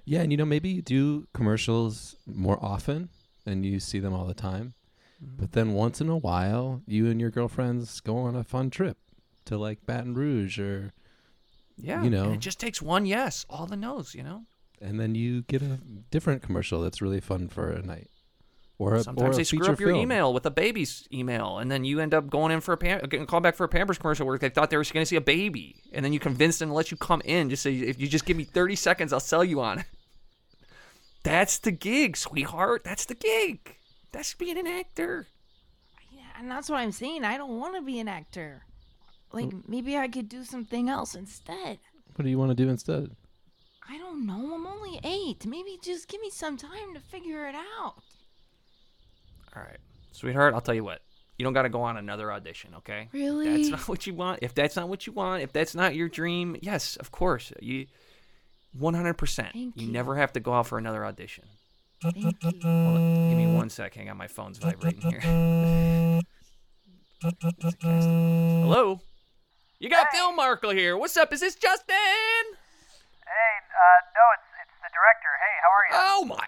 S3: yeah, and you know maybe you do commercials more often and you see them all the time.
S1: Mm-hmm.
S3: But then once in a while, you and your girlfriends go on a fun trip to like Baton Rouge or
S1: Yeah,
S3: You
S1: and
S3: know.
S1: it just takes one yes, all the no's. You know,
S3: and then you get a different commercial that's really fun for a night Or a,
S1: Sometimes
S3: or
S1: they
S3: a
S1: screw
S3: feature
S1: up your
S3: film.
S1: email with a baby's email, and then you end up going in for a pam- getting called back for a Pampers commercial where they thought they were going to see a baby, and then you convinced them to let you come in. Just say if you just give me thirty seconds, I'll sell you on it. That's the gig, sweetheart. That's the gig. That's being an actor.
S5: Yeah, and that's what I'm saying. I don't want to be an actor. Like maybe I could do something else instead.
S3: What do you want to do instead?
S5: I don't know. I'm only eight. Maybe just give me some time to figure it out.
S1: All right, sweetheart. I'll tell you what. You don't got to go on another audition, okay?
S5: Really?
S1: That's not what you want. If that's not what you want, if that's not your dream, yes, of course. You 100%.
S5: Thank
S1: you
S5: you.
S1: never have to go out for another audition.
S5: Thank you.
S1: Hold on, Give me one sec. Hang on, my phone's vibrating here. Hello? You got Phil Markle here. What's up? Is this Justin?
S7: Hey, uh, no, it's it's the director. Hey, how are you?
S1: Oh my.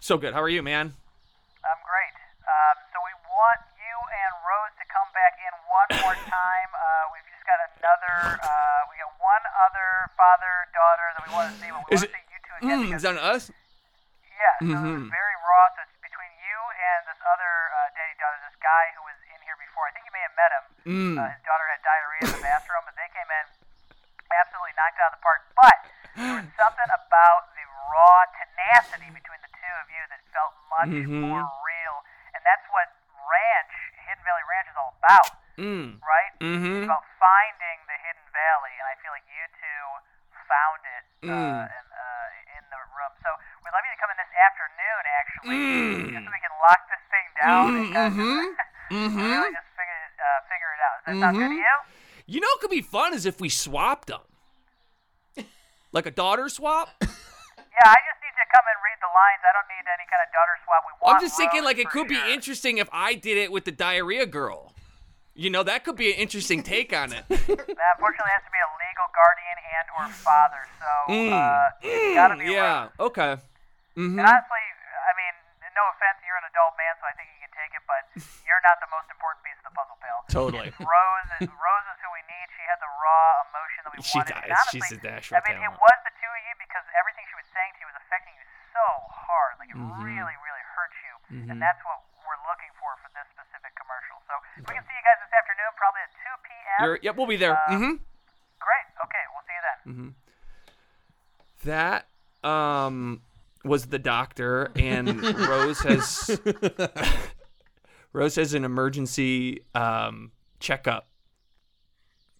S1: So good. How are you, man?
S7: I'm great. Um, so we want you and Rose to come back in one more time. Uh, we've just got another. Uh, we got one other father daughter that we want to see, but we
S1: Is
S7: want to
S1: it-
S7: see you two again.
S1: Mm, is that
S7: because,
S1: us?
S7: yeah, so it was very raw. So it's between you and this other uh, daddy daughter, this guy who was in here before. I think you may have met him.
S1: Mm.
S7: Uh, his daughter had diarrhea in the bathroom, but they came in, absolutely knocked it out of the park. But there was something about the raw tenacity between the two of you that felt much more real, and that's what Ranch, Hidden Valley Ranch, is all about,
S1: Mm.
S7: right? It's
S1: Mm-hmm.
S7: about finding the hidden valley, and I feel like you two found it uh, in, uh, in the room. So we'd love you to come in this afternoon, actually, just so we can lock this thing down
S1: Mm-hmm,
S7: and kind of really just figure it, uh, figure it out. Does that sound
S1: Mm-hmm.
S7: good to you?
S1: You know what could be fun is if we swapped them. Like a daughter swap?
S7: Yeah, I just need you to come and read the lines. I don't need any kind of daughter swap. We want
S1: I'm just thinking
S7: Rose
S1: like it
S7: for
S1: could
S7: sure.
S1: be interesting if I did it with the diarrhea girl. You know, that could be an interesting take on it.
S7: That unfortunately has to be a legal guardian and or father, so uh, it's gotta be
S1: Mm,
S7: Rose.
S1: yeah. Mm-hmm. Okay.
S7: And honestly, I mean, no offense, you're an adult man, so I think you can take it, but you're not the most important piece of the puzzle, pal.
S1: Totally.
S7: Rose, is, Rose is who we need. She had the raw emotion that we
S1: She
S7: wanted.
S1: does.
S7: And honestly,
S1: She's a dash
S7: I
S1: of
S7: mean, it
S1: talent.
S7: was the two of you because everything she was saying to you was affecting you so hard. Like it
S1: Mm-hmm.
S7: really, really hurt you, and that's what we're looking for for this specific commercial. So we can see you guys this afternoon, probably at 2 p.m.
S1: You're, yep, we'll be there.
S6: Uh,
S1: mm-hmm.
S7: Great. Okay, we'll see you then.
S1: That um was the doctor, and Rose has Rose has an emergency um checkup.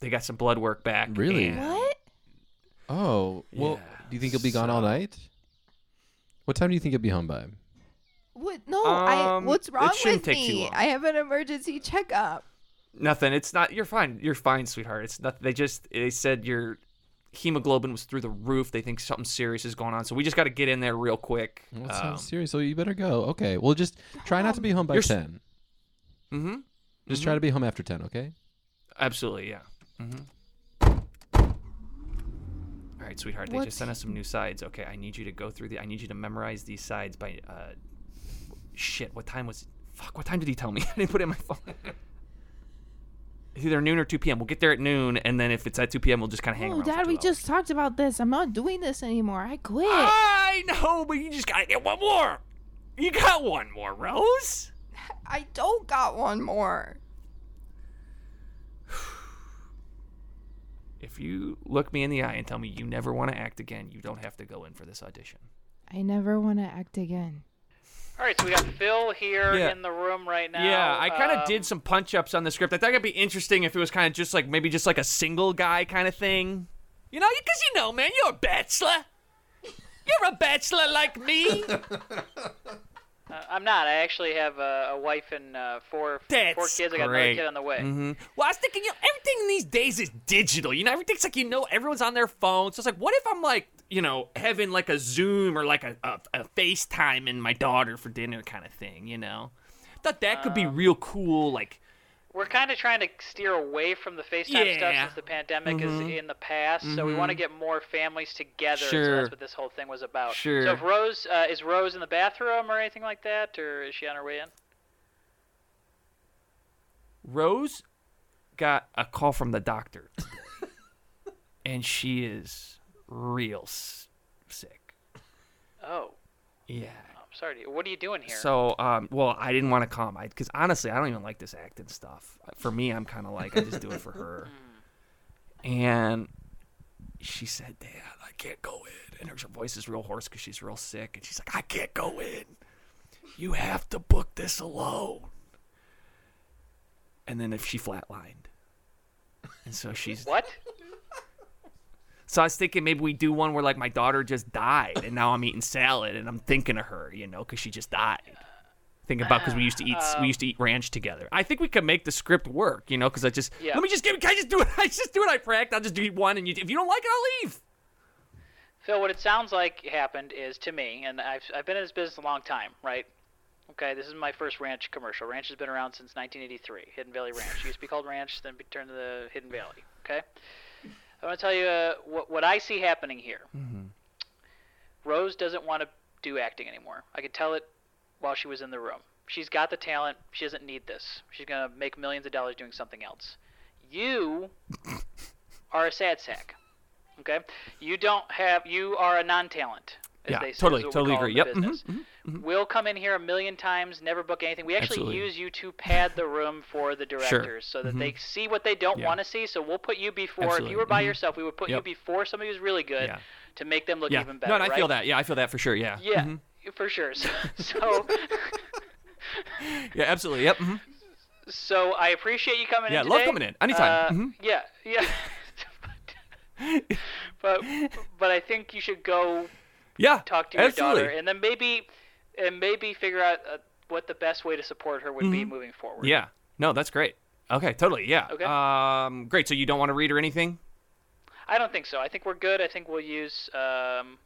S1: They got some blood work back.
S3: Really?
S1: and-
S5: What?
S3: Oh, well,
S1: Yeah,
S3: do you think he'll be gone all night? What time do you think he'll be home by?
S5: What? No. I.
S1: Um,
S5: What's
S1: it
S5: wrong
S1: shouldn't
S5: with
S1: take too
S5: me?
S1: long.
S5: I have an emergency checkup.
S1: Nothing. It's not. You're fine. You're fine, sweetheart. It's not. They just. They said your hemoglobin was through the roof. They think something serious is going on. So we just got to get in there real quick. Um,
S3: Well, that sounds serious. So you better go. Okay. Well, just try not to be home by
S1: You're s-
S3: 10.
S1: mm-hmm.
S3: Just try to be home after 10, okay?
S1: Absolutely. Yeah. Mm-hmm. All right, sweetheart. They
S5: What?
S1: just sent us some new sides. Okay, I need you to go through the. I need you to memorize these sides by. Uh, shit. What time was? Fuck. What time did he tell me? I didn't put it in my phone. It's either noon or 2 p.m. We'll get there at noon, and then if it's at 2 p.m., we'll just kind of hang
S5: Oh,
S1: around. for
S5: Dad,
S1: two
S5: we
S1: hours.
S5: just talked about this. I'm not doing this anymore. I quit.
S1: I know, but you just gotta get one more. You got one more, Rose.
S5: I don't got one more.
S1: If you look me in the eye and tell me you never want to act again, you don't have to go in for this audition.
S5: I never want to act again.
S6: All right, so we got Phil here
S1: Yeah.
S6: in the room right now.
S1: yeah, I kind of
S6: um,
S1: did some punch ups on the script. I thought it'd be interesting if it was kind of just like maybe just like a single guy kind of thing. You know, because you know, man, you're a bachelor. You're a bachelor like me.
S6: Uh, I'm not. I actually have a, a wife and uh, four four
S1: That's
S6: kids. I got another
S1: great.
S6: kid on the way.
S1: Well, I was thinking, you know, everything these days is digital. You know, everything's like, you know, everyone's on their phone. So it's like, what if I'm like, you know, having like a Zoom or like a, a, a FaceTime and my daughter for dinner kind of thing, you know? Thought that could be real cool. Like,
S6: We're kind of trying to steer away from the FaceTime stuff
S1: Yeah.
S6: since the pandemic
S1: Mm-hmm.
S6: is in the past. So we want to get more families together. So
S1: Sure.
S6: that's what this whole thing was about.
S1: Sure.
S6: So if Rose uh, is Rose in the bathroom or anything like that, or is she on her way in?
S1: Rose got a call from the doctor, and she is real s- sick.
S6: Oh,
S1: Yeah.
S6: I'm Sorry. What are you doing here?
S8: So, um, well, I didn't want to come, I because honestly, I don't even like this acting stuff. For me, I'm kind of like I just do it for her. And she said, "Dad, I can't go in," and her voice is real hoarse because she's real sick, and she's like, "I can't go in. You have to book this alone." And then if she flatlined, and so she's
S6: what?
S8: so I was thinking maybe we do one where like my daughter just died and now I'm eating salad and I'm thinking of her, you know, because she just died. Thinking about because we used to eat we used to eat ranch together. I think we could make the script work, you know, because I just
S6: Yeah.
S8: let me just give can I just do it? I just do it. I practice. I'll just do one, and you, if you don't like it, I'll leave.
S6: Phil, what it sounds like happened is to me, and I've, I've been in this business a long time, right? Okay, this is my first ranch commercial. Ranch has been around since 1983. Hidden Valley Ranch. It used to be called Ranch, then be turned to the Hidden Valley. Okay, I want to tell you uh, what what I see happening here.
S8: Mm-hmm.
S6: Rose doesn't want to do acting anymore. I could tell it while she was in the room. She's got the talent. She doesn't need this. She's gonna make millions of dollars doing something else. You are a sad sack. Okay, you don't have. You are a non-talent. As
S8: Yeah,
S6: they say,
S8: totally,
S6: is what we
S8: totally
S6: call it
S8: agree.
S6: in the
S8: Yep, mhm,
S6: business. We'll come in here a million times, never book anything. We actually
S8: Absolutely. Mm-hmm.
S6: use you to pad the room for the directors so that they see what they don't
S8: Yeah.
S6: want to see. So we'll put you before. If
S8: Absolutely,
S6: you were by
S8: mhm.
S6: yourself, we would put
S8: Yep.
S6: you before somebody who's really good
S8: Yeah.
S6: to make them look
S8: Yeah,
S6: even
S8: no,
S6: better.
S8: and I feel
S6: right?
S8: that. Yeah, I feel that for sure. Yeah,
S6: Yeah,
S8: Mhm.
S6: for sure. So, so,
S8: yeah, absolutely. Yep. mhm.
S6: so I appreciate you coming
S8: Yeah,
S6: in.
S8: love
S6: today.
S8: coming in. Anytime.
S6: Uh,
S8: Mhm.
S6: Yeah, yeah. but but I think you should go
S8: Yeah,
S6: talk to your
S8: absolutely.
S6: daughter and then maybe and maybe figure out uh, what the best way to support her would be
S8: Mm-hmm.
S6: moving forward.
S8: Yeah, no, that's great. Okay, totally. Yeah.
S6: Okay.
S8: Um, great. So you don't want to read or anything?
S6: I don't think so. I think we're good. I think we'll use um,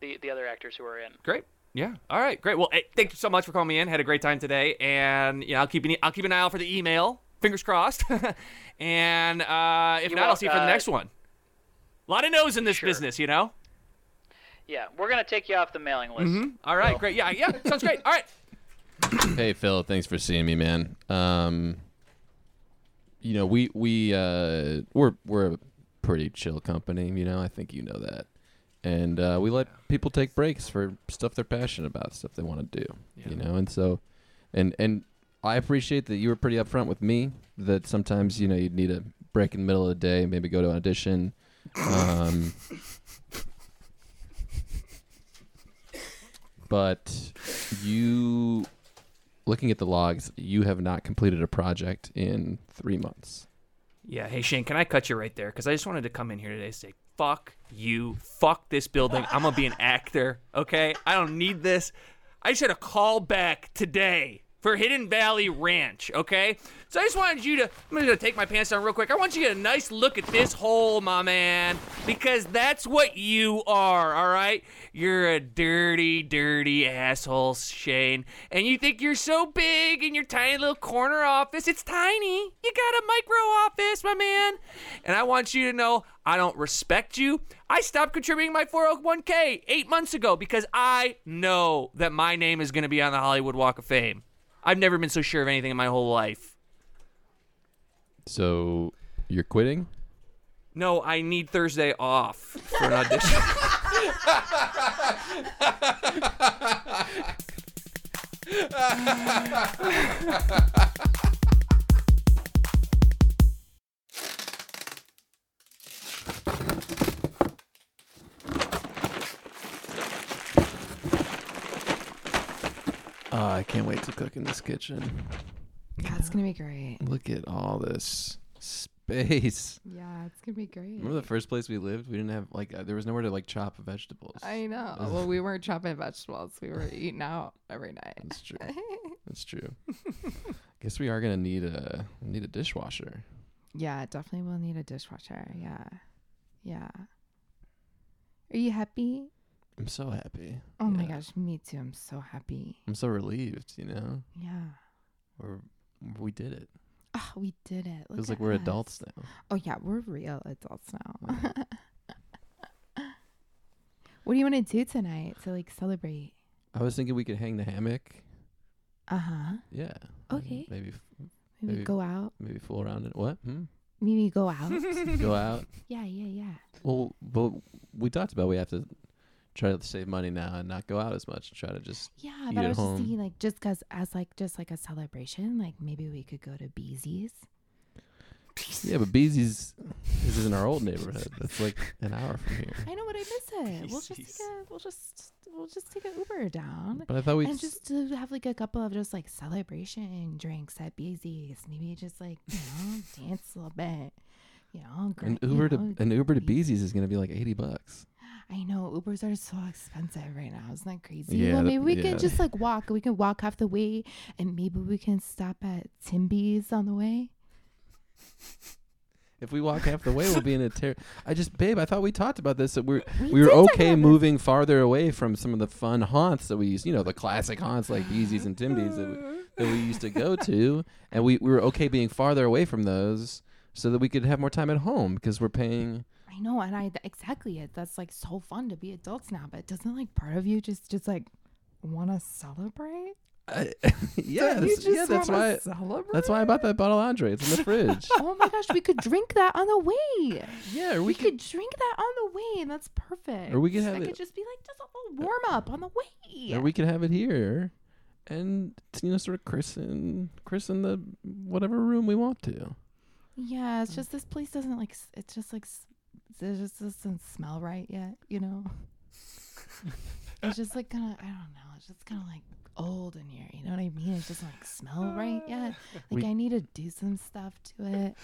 S6: the the other actors who are in.
S8: Great. Yeah. All right. Great. Well, hey, thank you so much for calling me in. Had a great time today, and you know, I'll keep an e, I'll keep an eye out for the email. Fingers crossed. and uh, if
S6: You
S8: not, I'll
S6: want,
S8: see you for the
S6: uh,
S8: next one. A lot of no's in this
S6: Sure.
S8: business, you know.
S6: Yeah, we're gonna take you off the mailing list.
S8: All right. Great. Yeah. Yeah. Sounds great. All right.
S3: Hey Phil, thanks for seeing me, man. Um, you know we we uh we're we're a pretty chill company. You know, I think you know that, and uh, we let people take breaks for stuff they're passionate about, stuff they want to do. You know, and so, and and I appreciate that you were pretty upfront with me that sometimes you know you'd need a break in the middle of the day, maybe go to an audition. Um, but you looking at the logs, you have not completed a project in three months.
S8: Yeah. Hey Shane, can I cut you right there? Because I just wanted to come in here today and say, "Fuck you. Fuck this building. I'm gonna be an actor. Okay. I don't need this. I just had a call back today for Hidden Valley Ranch, okay? So I just wanted you to, I'm gonna take my pants down real quick. I want you to get a nice look at this hole, my man, because that's what you are, all right? You're a dirty, dirty asshole, Shane. And you think you're so big in your tiny little corner office. It's tiny. You got a micro office, my man. And I want you to know I don't respect you. I stopped contributing my 401k eight months ago because I know that my name is going to be on the Hollywood Walk of Fame. I've never been so sure of anything in my whole life.
S3: So you're quitting?
S8: No, I need Thursday off for an audition.
S3: Oh, I can't wait to cook in this kitchen.
S5: God, it's gonna be great.
S3: Look at all this space.
S5: Yeah, it's gonna be great.
S3: Remember the first place we lived? We didn't have like uh, there was nowhere to like chop vegetables.
S5: I know. Well, we weren't chopping vegetables. We were eating out every night.
S3: That's true. That's true. Guess we are gonna need a need a dishwasher.
S5: Yeah, definitely will need a dishwasher. Yeah. Yeah. Are you happy?
S3: I'm so happy.
S5: Oh my
S3: Yeah.
S5: gosh, me too. I'm so happy.
S3: I'm so relieved. You know,
S5: Yeah.
S3: we're we did it.
S5: Oh, we did it. Look
S3: Feels like
S5: at
S3: we're
S5: us.
S3: adults now.
S5: Oh yeah, we're real adults now. what do you want to do tonight to like celebrate?
S3: I was thinking we could hang the hammock.
S5: Uh huh.
S3: Yeah.
S5: Okay.
S3: Maybe f-
S5: Maybe,
S3: Maybe-
S5: go out.
S3: maybe fool around in what? Hmm?
S5: Maybe go out.
S3: Go out.
S5: yeah, yeah, yeah.
S3: Well, but we talked about we have to try to save money now and not go out as much. Try to just
S5: Yeah,
S3: eat
S5: but
S3: at
S5: I was
S3: home.
S5: just thinking, like, just because as like just like a celebration, like maybe we could go to Beezy's.
S3: yeah. But Beezy's this is in our old neighborhood. That's like an hour from here.
S5: I know, but I miss it. We'll just
S8: Beezy's.
S5: take a, we'll just we'll just take an Uber down.
S3: But I thought we
S5: and just to have like a couple of just like celebration drinks at Beezy's, maybe just like you know dance a little bit, you know.
S3: an
S5: grind- you
S3: Uber
S5: know,
S3: to an Uber to
S5: be-
S3: Beezy's is gonna be like eighty bucks.
S5: I know Ubers are so expensive right now. Isn't that crazy?
S3: Yeah,
S5: well,
S3: that-
S5: maybe we
S3: yeah.
S5: can just like walk. We can walk half the way, and maybe we can stop at Timby's on the way.
S3: If we walk half the way, we'll be in a tear. I just, babe, I thought we talked about this. That we're
S5: We
S3: we were
S5: did talk
S3: okay
S5: about this.
S3: moving farther away from some of the fun haunts that we used, you know, the classic haunts like Beezy's and Timdy's that we, that we used to go to, and we, we were okay being farther away from those so that we could have more time at home because we're paying.
S5: I know, and I exactly it. That's like so fun to be adults now, but doesn't like part of you just just like want to celebrate?
S3: I,
S5: Don't
S3: yes,
S5: you just
S3: yeah, that's
S5: wanna
S3: why.
S5: Celebrate?
S3: That's why I bought that bottle of Andre. It's in the fridge.
S5: oh my gosh, we could drink that on the way.
S3: yeah, or
S5: We,
S3: we,
S5: could, drink that on the way, and that's perfect.
S3: Or we could
S5: That
S3: have it-
S5: could just be like just a little warm up on the way.
S3: or we could have it here, and you know, sort of christen christen the whatever room we want to.
S5: Yeah, it's just this place doesn't like. s- It's just like s- it just doesn't smell right yet. You know, it's just like kind of I don't know. It's just kind of like old in here. You know what I mean? It doesn't like smell right yet.
S3: We-
S5: Like I need to do some stuff to it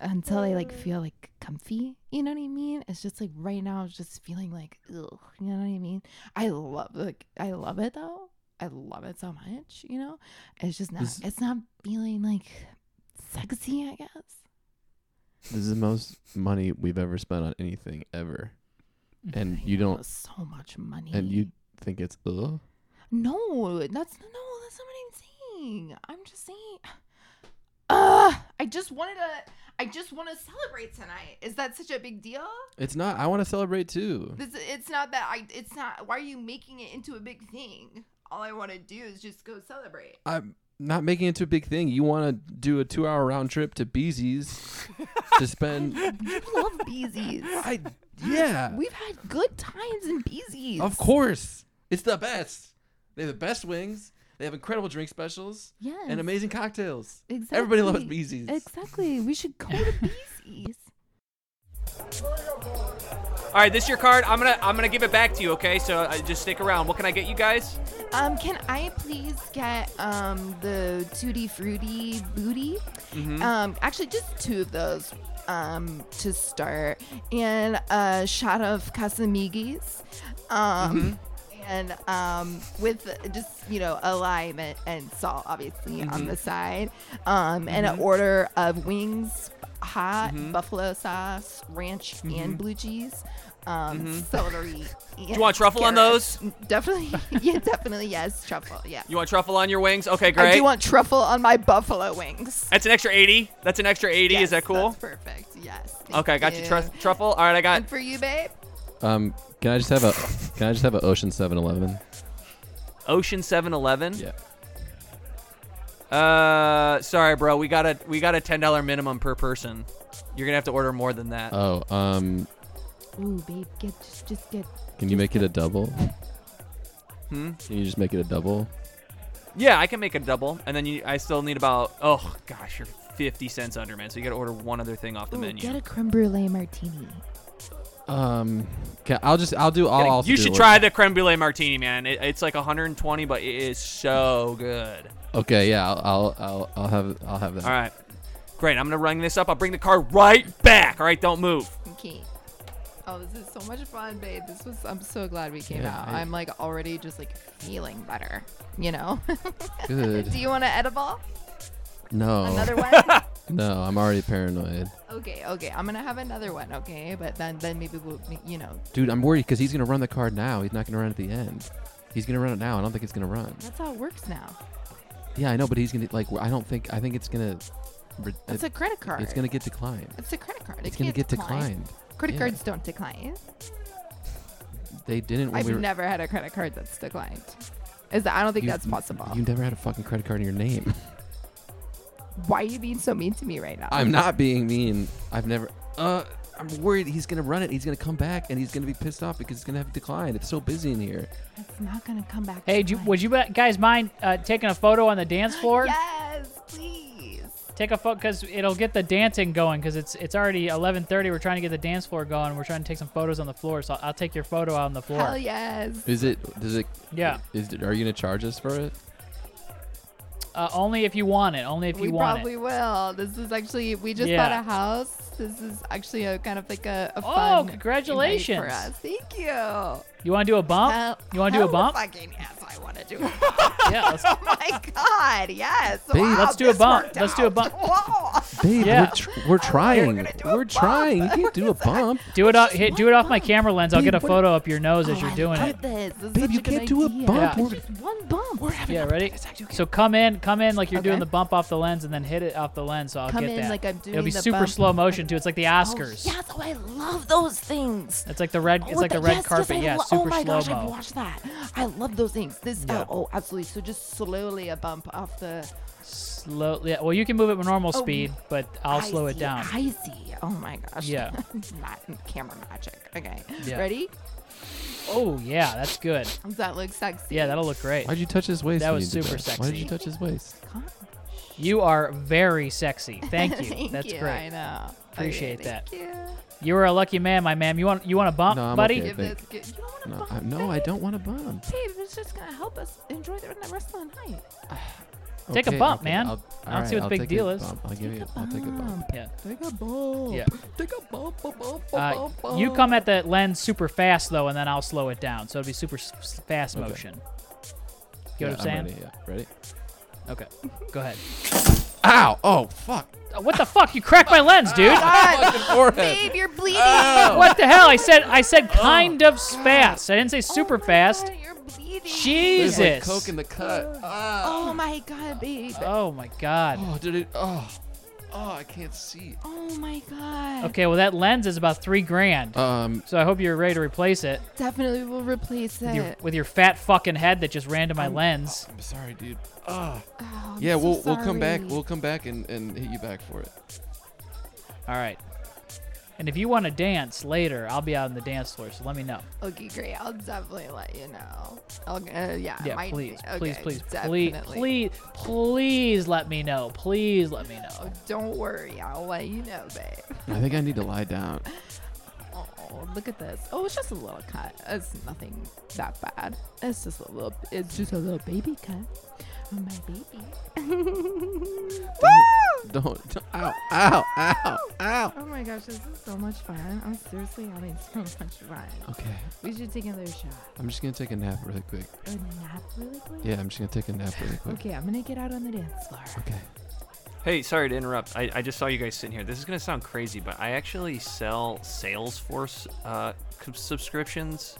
S5: until I like feel like comfy. You know what I mean? It's just like right now, it's just feeling like ugh. You know what I mean? I love like I love it though. I love it so much. You know, it's just not.
S3: This-
S5: it's not feeling like sexy. I guess.
S3: This is the most money we've ever spent on anything ever. And
S5: I
S3: you
S5: know,
S3: don't
S5: so much money.
S3: and you think it's uh? ugh.
S5: No, that's no, that's not what I'm saying. I'm just saying. Uh, I just wanted to. I just want to celebrate tonight. Is that such a big deal?
S3: It's not I want to celebrate too.
S5: This, it's not that I. It's not. Why are you making it into a big thing? All I want to do is just go celebrate.
S3: I'm not making it into a big thing. You want to do a 2-hour round trip to Beezy's to spend
S5: You love Beezy's.
S3: I yeah.
S5: We've had good times in Beezy's.
S3: Of course. It's the best. They have the best wings. They have incredible drink specials
S5: Yes.
S3: and amazing cocktails.
S5: Exactly.
S3: Everybody loves Beezy's.
S5: Exactly. We should go to Beezy's.
S8: All right, this your card. I'm gonna I'm gonna give it back to you. Okay, so uh, just stick around. What can I get you guys?
S5: Um, can I please get um the tutti frutti booty?
S8: Mm-hmm.
S5: Um, actually, just two of those. Um, to start, and a shot of Casamigos. Um.
S8: Mm-hmm.
S5: And um, with just you know a lime and, and salt, obviously
S8: Mm-hmm.
S5: on the side, um, and an order of wings, hot
S8: Mm-hmm.
S5: buffalo sauce, ranch, and blue cheese, um, celery. Do
S8: Mm-hmm. you want truffle on those?
S5: Definitely, yeah, definitely, yes, truffle. Yeah,
S8: You want truffle on your wings? Okay,
S5: I
S8: great.
S5: do want truffle on my buffalo wings.
S8: that's an extra 80. That's an extra 80.
S5: Yes,
S8: Is that cool?
S5: That's perfect. Yes. thank
S8: Okay, I got you trus- truffle. All right, I got
S5: And for you, babe.
S3: Um can I just have a can I just have an Ocean 7-Eleven?
S8: Ocean 7-Eleven.
S3: Yeah.
S8: Uh, sorry, bro. We got a we got a ten dollar minimum per person. You're gonna have to order more than that.
S3: Oh, um
S5: Ooh, babe, get just, just get.
S3: can you make it a double?
S8: Hmm?
S3: Can you just make it a double?
S8: yeah, I can make a double, and then you, I still need about oh gosh, you're fifty cents under, man. So you gotta order one other thing off the
S5: Ooh,
S8: menu.
S5: get a creme brulee martini.
S3: Um, ca- I'll just I'll do all.
S8: Get a-
S3: I'll
S8: you
S3: do
S8: should
S3: one.
S8: try the creme brulee martini, man. It, it's like 120, but it is so good.
S3: Okay, yeah, I'll I'll I'll, I'll have I'll have that.
S8: All right, great. I'm gonna run this up. I'll bring the car right back. All right, don't move.
S5: Okay.
S4: Oh, this is so much fun, babe. This was. I'm so glad we came
S3: Yeah,
S4: out.
S3: I-
S4: I'm like already just like feeling better. You know.
S3: Good.
S4: Do you want an edible?
S3: No,
S4: Another one?
S3: no, I'm already paranoid,
S4: okay, okay. I'm gonna have another one. Okay, but then then maybe we'll you know.
S3: dude. I'm worried because he's gonna run the card now. He's not gonna run at the end. He's gonna run it now. I don't think it's gonna run.
S4: That's how it works now.
S3: Yeah, I know, but he's gonna like. I don't think. I think it's gonna. re-
S4: It's a
S3: it-
S4: credit card.
S3: It's gonna get declined.
S4: It's a credit card. It
S3: It's gonna
S4: can't
S3: get
S4: decline.
S3: declined.
S4: Credit
S3: Yeah.
S4: cards don't decline.
S3: They didn't. When
S4: I've
S3: we were,
S4: never had a credit card that's declined. Is that, I don't think
S3: you-
S4: that's possible.
S3: You never had a fucking credit card in your name.
S4: Why are you being so mean to me right now?
S3: I'm not being mean. I've never. Uh, I'm worried he's gonna run it. He's gonna come back and he's gonna be pissed off because he's gonna have declined. It's so busy in here.
S5: It's not gonna come back.
S2: Hey,
S5: to
S2: do, you-
S5: life.
S2: would you ba- guys mind uh, taking a photo on the dance floor?
S5: Yes, please.
S2: Take a photo because it'll get the dancing going. Because it's it's already 11:30. We're trying to get the dance floor going. We're trying to take some photos on the floor. So I'll, I'll take your photo on the floor.
S5: Hell yes.
S3: Is it? Does it?
S2: Yeah.
S3: Is it, are you gonna charge us for it?
S2: Uh, only if you want it. Only if
S5: We
S2: you want
S5: probably
S2: it.
S5: will. This is actually we just
S2: Yeah.
S5: bought a house. This is actually a kind of like a, a
S2: Oh,
S5: fun night
S2: congratulations.
S5: for us. Thank you.
S2: You want to do a bump?
S5: Hell-
S2: you want to do a
S5: hell
S2: bump?
S5: Fucking yes, I want to do. A bump.
S2: Yeah. Let's,
S5: oh my god, yes.
S3: Babe,
S5: Wow,
S2: let's do a
S5: this
S2: bump.
S5: worked
S2: Let's do a
S5: out.
S2: bump.
S5: Whoa.
S3: Babe,
S2: Yeah.
S3: we're, tr- we're trying.
S5: gonna do a
S3: We're
S5: bump.
S3: trying. You can't do a bump.
S2: do it. Off, hit, do it off my camera lens. I'll
S3: Babe,
S2: get a
S3: what-
S2: photo up your nose as
S5: Oh,
S2: you're
S5: I
S2: doing
S5: love
S2: it.
S5: This. This is
S3: Babe,
S5: such
S3: you
S5: good
S3: can't do a
S5: idea.
S3: bump.
S2: Yeah.
S3: We're-
S5: Just one bump.
S2: Yeah, ready? So come in, come in like you're doing
S5: Okay.
S2: the bump off the lens and then hit it off the lens. So I'll
S5: Come
S2: get
S5: in
S2: that.
S5: like I'm
S2: It'll
S5: doing
S2: be
S5: the
S2: super
S5: bump.
S2: slow motion too. It's like the Oscars.
S4: Yes, oh, I love those things.
S2: It's like the red. It's
S4: Oh,
S2: like the
S4: that-
S2: red
S4: yes, yes,
S2: carpet.
S4: I
S2: yeah,
S4: lo-
S2: super
S4: Oh my
S2: slow
S4: gosh, I've
S2: mo.
S4: watched that. I love those things. This
S5: uh,
S2: Yeah.
S4: oh, oh absolutely. So just slowly a bump off the
S2: Slow. Yeah. Well, you can move it with normal
S4: Oh,
S2: speed, but I'll
S4: I
S2: slow it
S4: see,
S2: down.
S4: I see. Oh my gosh.
S2: Yeah.
S4: Ma- camera magic. Okay.
S2: Yeah.
S4: Ready?
S2: Oh yeah, that's good.
S5: Does that look sexy?
S2: Yeah, that'll look great.
S3: Why'd you touch his waist?
S2: That
S3: when
S2: was
S3: you did
S2: super
S3: Why did
S2: sexy.
S3: you touch his waist?
S2: You are very sexy. Thank you.
S5: Thank
S2: that's
S5: you. I
S2: great.
S5: know.
S2: Appreciate
S5: okay,
S2: that.
S5: Thank you.
S2: You were a lucky man, my man. You want you want a bump,
S3: No, I'm
S2: buddy?
S3: okay.
S5: Give
S3: Thank-
S5: this good. You don't want to
S3: No,
S5: bump.
S3: I, no, I don't want a bump.
S5: Babe, it's just gonna help us enjoy the rest of the night.
S2: Take a
S3: Okay,
S2: bump,
S3: okay,
S2: man.
S3: I'll-
S2: I don't
S3: all
S2: see what the
S3: right, I'll
S2: big
S3: take a
S2: deal is.
S3: bump. I'll give you. I'll take a bump.
S2: Yeah.
S5: Take a
S3: Oh,
S5: bump.
S2: Yeah.
S5: Take a bump. bump, bump,
S2: Uh,
S5: bump, bump.
S2: you come at the lens super fast though, and then I'll slow it down. So it'll be super s- s- fast
S3: Okay.
S2: motion. You know what
S3: Yeah,
S2: I'm saying?
S3: ready, yeah. Ready?
S2: Okay. Go ahead.
S3: Ow! Oh, fuck!
S2: Uh, what the fuck? You cracked my lens, dude.
S3: Fucking forehead.
S5: Babe, you're bleeding.
S2: what the hell? I said I said kind of fast. I didn't say super
S5: Oh my
S2: fast.
S5: God, you're bleeding.
S3: There's,
S2: Jesus.
S3: like, coke in the cut. Ah.
S5: Oh my god, babe.
S2: oh my god.
S3: Oh, did it? Oh, oh, I can't see.
S5: Oh my god.
S2: Okay, well that lens is about three grand.
S3: Um,
S2: So I hope you're ready to replace it
S5: Definitely will replace
S2: with your,
S5: it.
S2: with your fat fucking head that just ran to my lens.
S3: I'm sorry, dude. Ah.
S5: Oh, I'm
S3: yeah,
S5: so
S3: we'll we'll come back.
S5: sorry.
S3: We'll come back and and hit you back for it.
S2: All right. And if you want to dance later, I'll be out on the dance floor. So let me know.
S5: Okay, great. I'll definitely let you know. I'll, uh, yeah,
S2: Yeah,
S5: might-
S2: please,
S5: okay,
S2: please, please, please,
S5: definitely.
S2: please, please let me know. Please let me know.
S5: Don't worry, I'll let you know, babe.
S3: I think I need to lie down.
S5: Oh, look at this. Oh, it's just a little cut. It's nothing that bad. It's just a little. It's just a little baby cut. Oh, my baby.
S3: Don't. don't ow! Ow! Ow! Ow!
S5: Oh my gosh, this is so much fun. I'm seriously having so much fun.
S3: Okay,
S5: We should take another shot.
S3: I'm just gonna take a nap really quick.
S5: A nap, really quick.
S3: Yeah, I'm just gonna take a nap really quick.
S5: Okay, I'm gonna get out on the dance floor.
S3: Okay.
S8: Hey, sorry to interrupt. I, I just saw you guys sitting here. This is gonna sound crazy, but I actually sell Salesforce uh, c- subscriptions,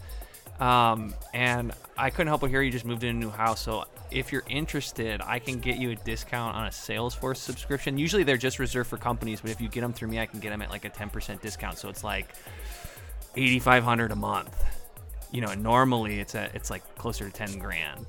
S8: um, and I couldn't help but hear you just moved in a new house. So if you're interested, I can get you a discount on a Salesforce subscription. Usually they're just reserved for companies, but if you get them through me, I can get them at like a 10% discount. So it's like 8,500 a month. You know, and normally it's a, it's like closer to 10 grand.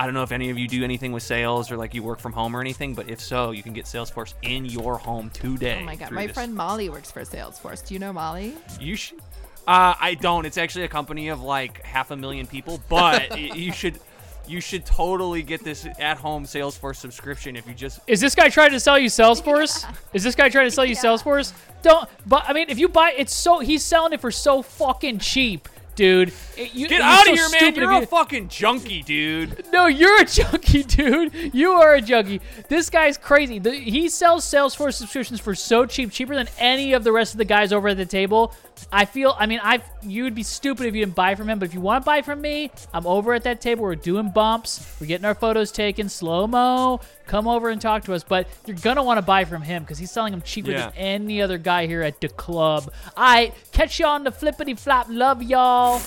S8: I don't know if any of you do anything with sales or like you work from home or anything, but if so, you can get Salesforce in your home today.
S5: Oh my god,
S8: through
S5: my
S8: this.
S5: friend Molly works for Salesforce. Do you know Molly?
S8: you should. Uh, I don't. It's actually a company of like half a million people, but y- you should, you should totally get this at-home Salesforce subscription if you just.
S2: Is this guy trying to sell you Salesforce? Is this guy trying to sell you Salesforce? Don't. But I mean, if you buy, it's so he's selling it for so fucking cheap, dude. It- you-
S8: Get
S2: you're
S8: out
S2: so
S8: of here, man!
S2: stupid if
S8: You're a
S2: you-
S8: fucking junkie, dude.
S2: No, you're a junkie, dude. You are a junkie. This guy's crazy. The, he sells Salesforce subscriptions for so cheap, cheaper than any of the rest of the guys over at the table. I feel. I mean, I you'd be stupid if you didn't buy from him. But if you want to buy from me, I'm over at that table. We're doing bumps. We're getting our photos taken, slow mo. Come over and talk to us. But you're gonna want to buy from him because he's selling them cheaper
S8: Yeah.
S2: than any other guy here at the club. I catch y'all on the flippity flop. Love y'all.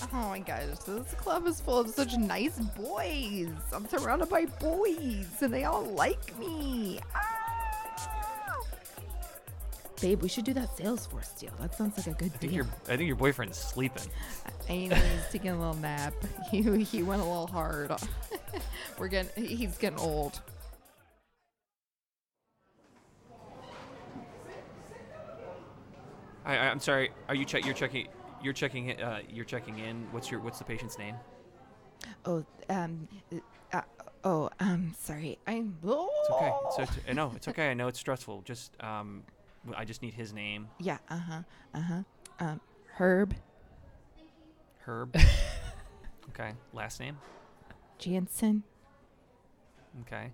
S5: Oh my gosh, this club is full of such nice boys. I'm surrounded by boys, and they all like me. Ah!
S4: Babe, we should do that Salesforce deal. That sounds like a good
S8: I
S4: deal.
S8: think your I think your boyfriend's sleeping.
S5: Amy is taking a little nap. He he went a little hard. We're getting he's getting old.
S8: I, I- I'm sorry. Are you check? You're checking. You're checking. Uh, you're checking in. What's your What's the patient's name?
S4: Oh, um, uh, oh, um, sorry. I'm.
S8: It's okay. It's, it's, I know. It's okay. I know it's stressful. Just um, I just need his name.
S4: yeah. Uh huh. Uh huh. Um, Herb
S8: Herb. okay. Last name.
S4: Jansen.
S8: Okay.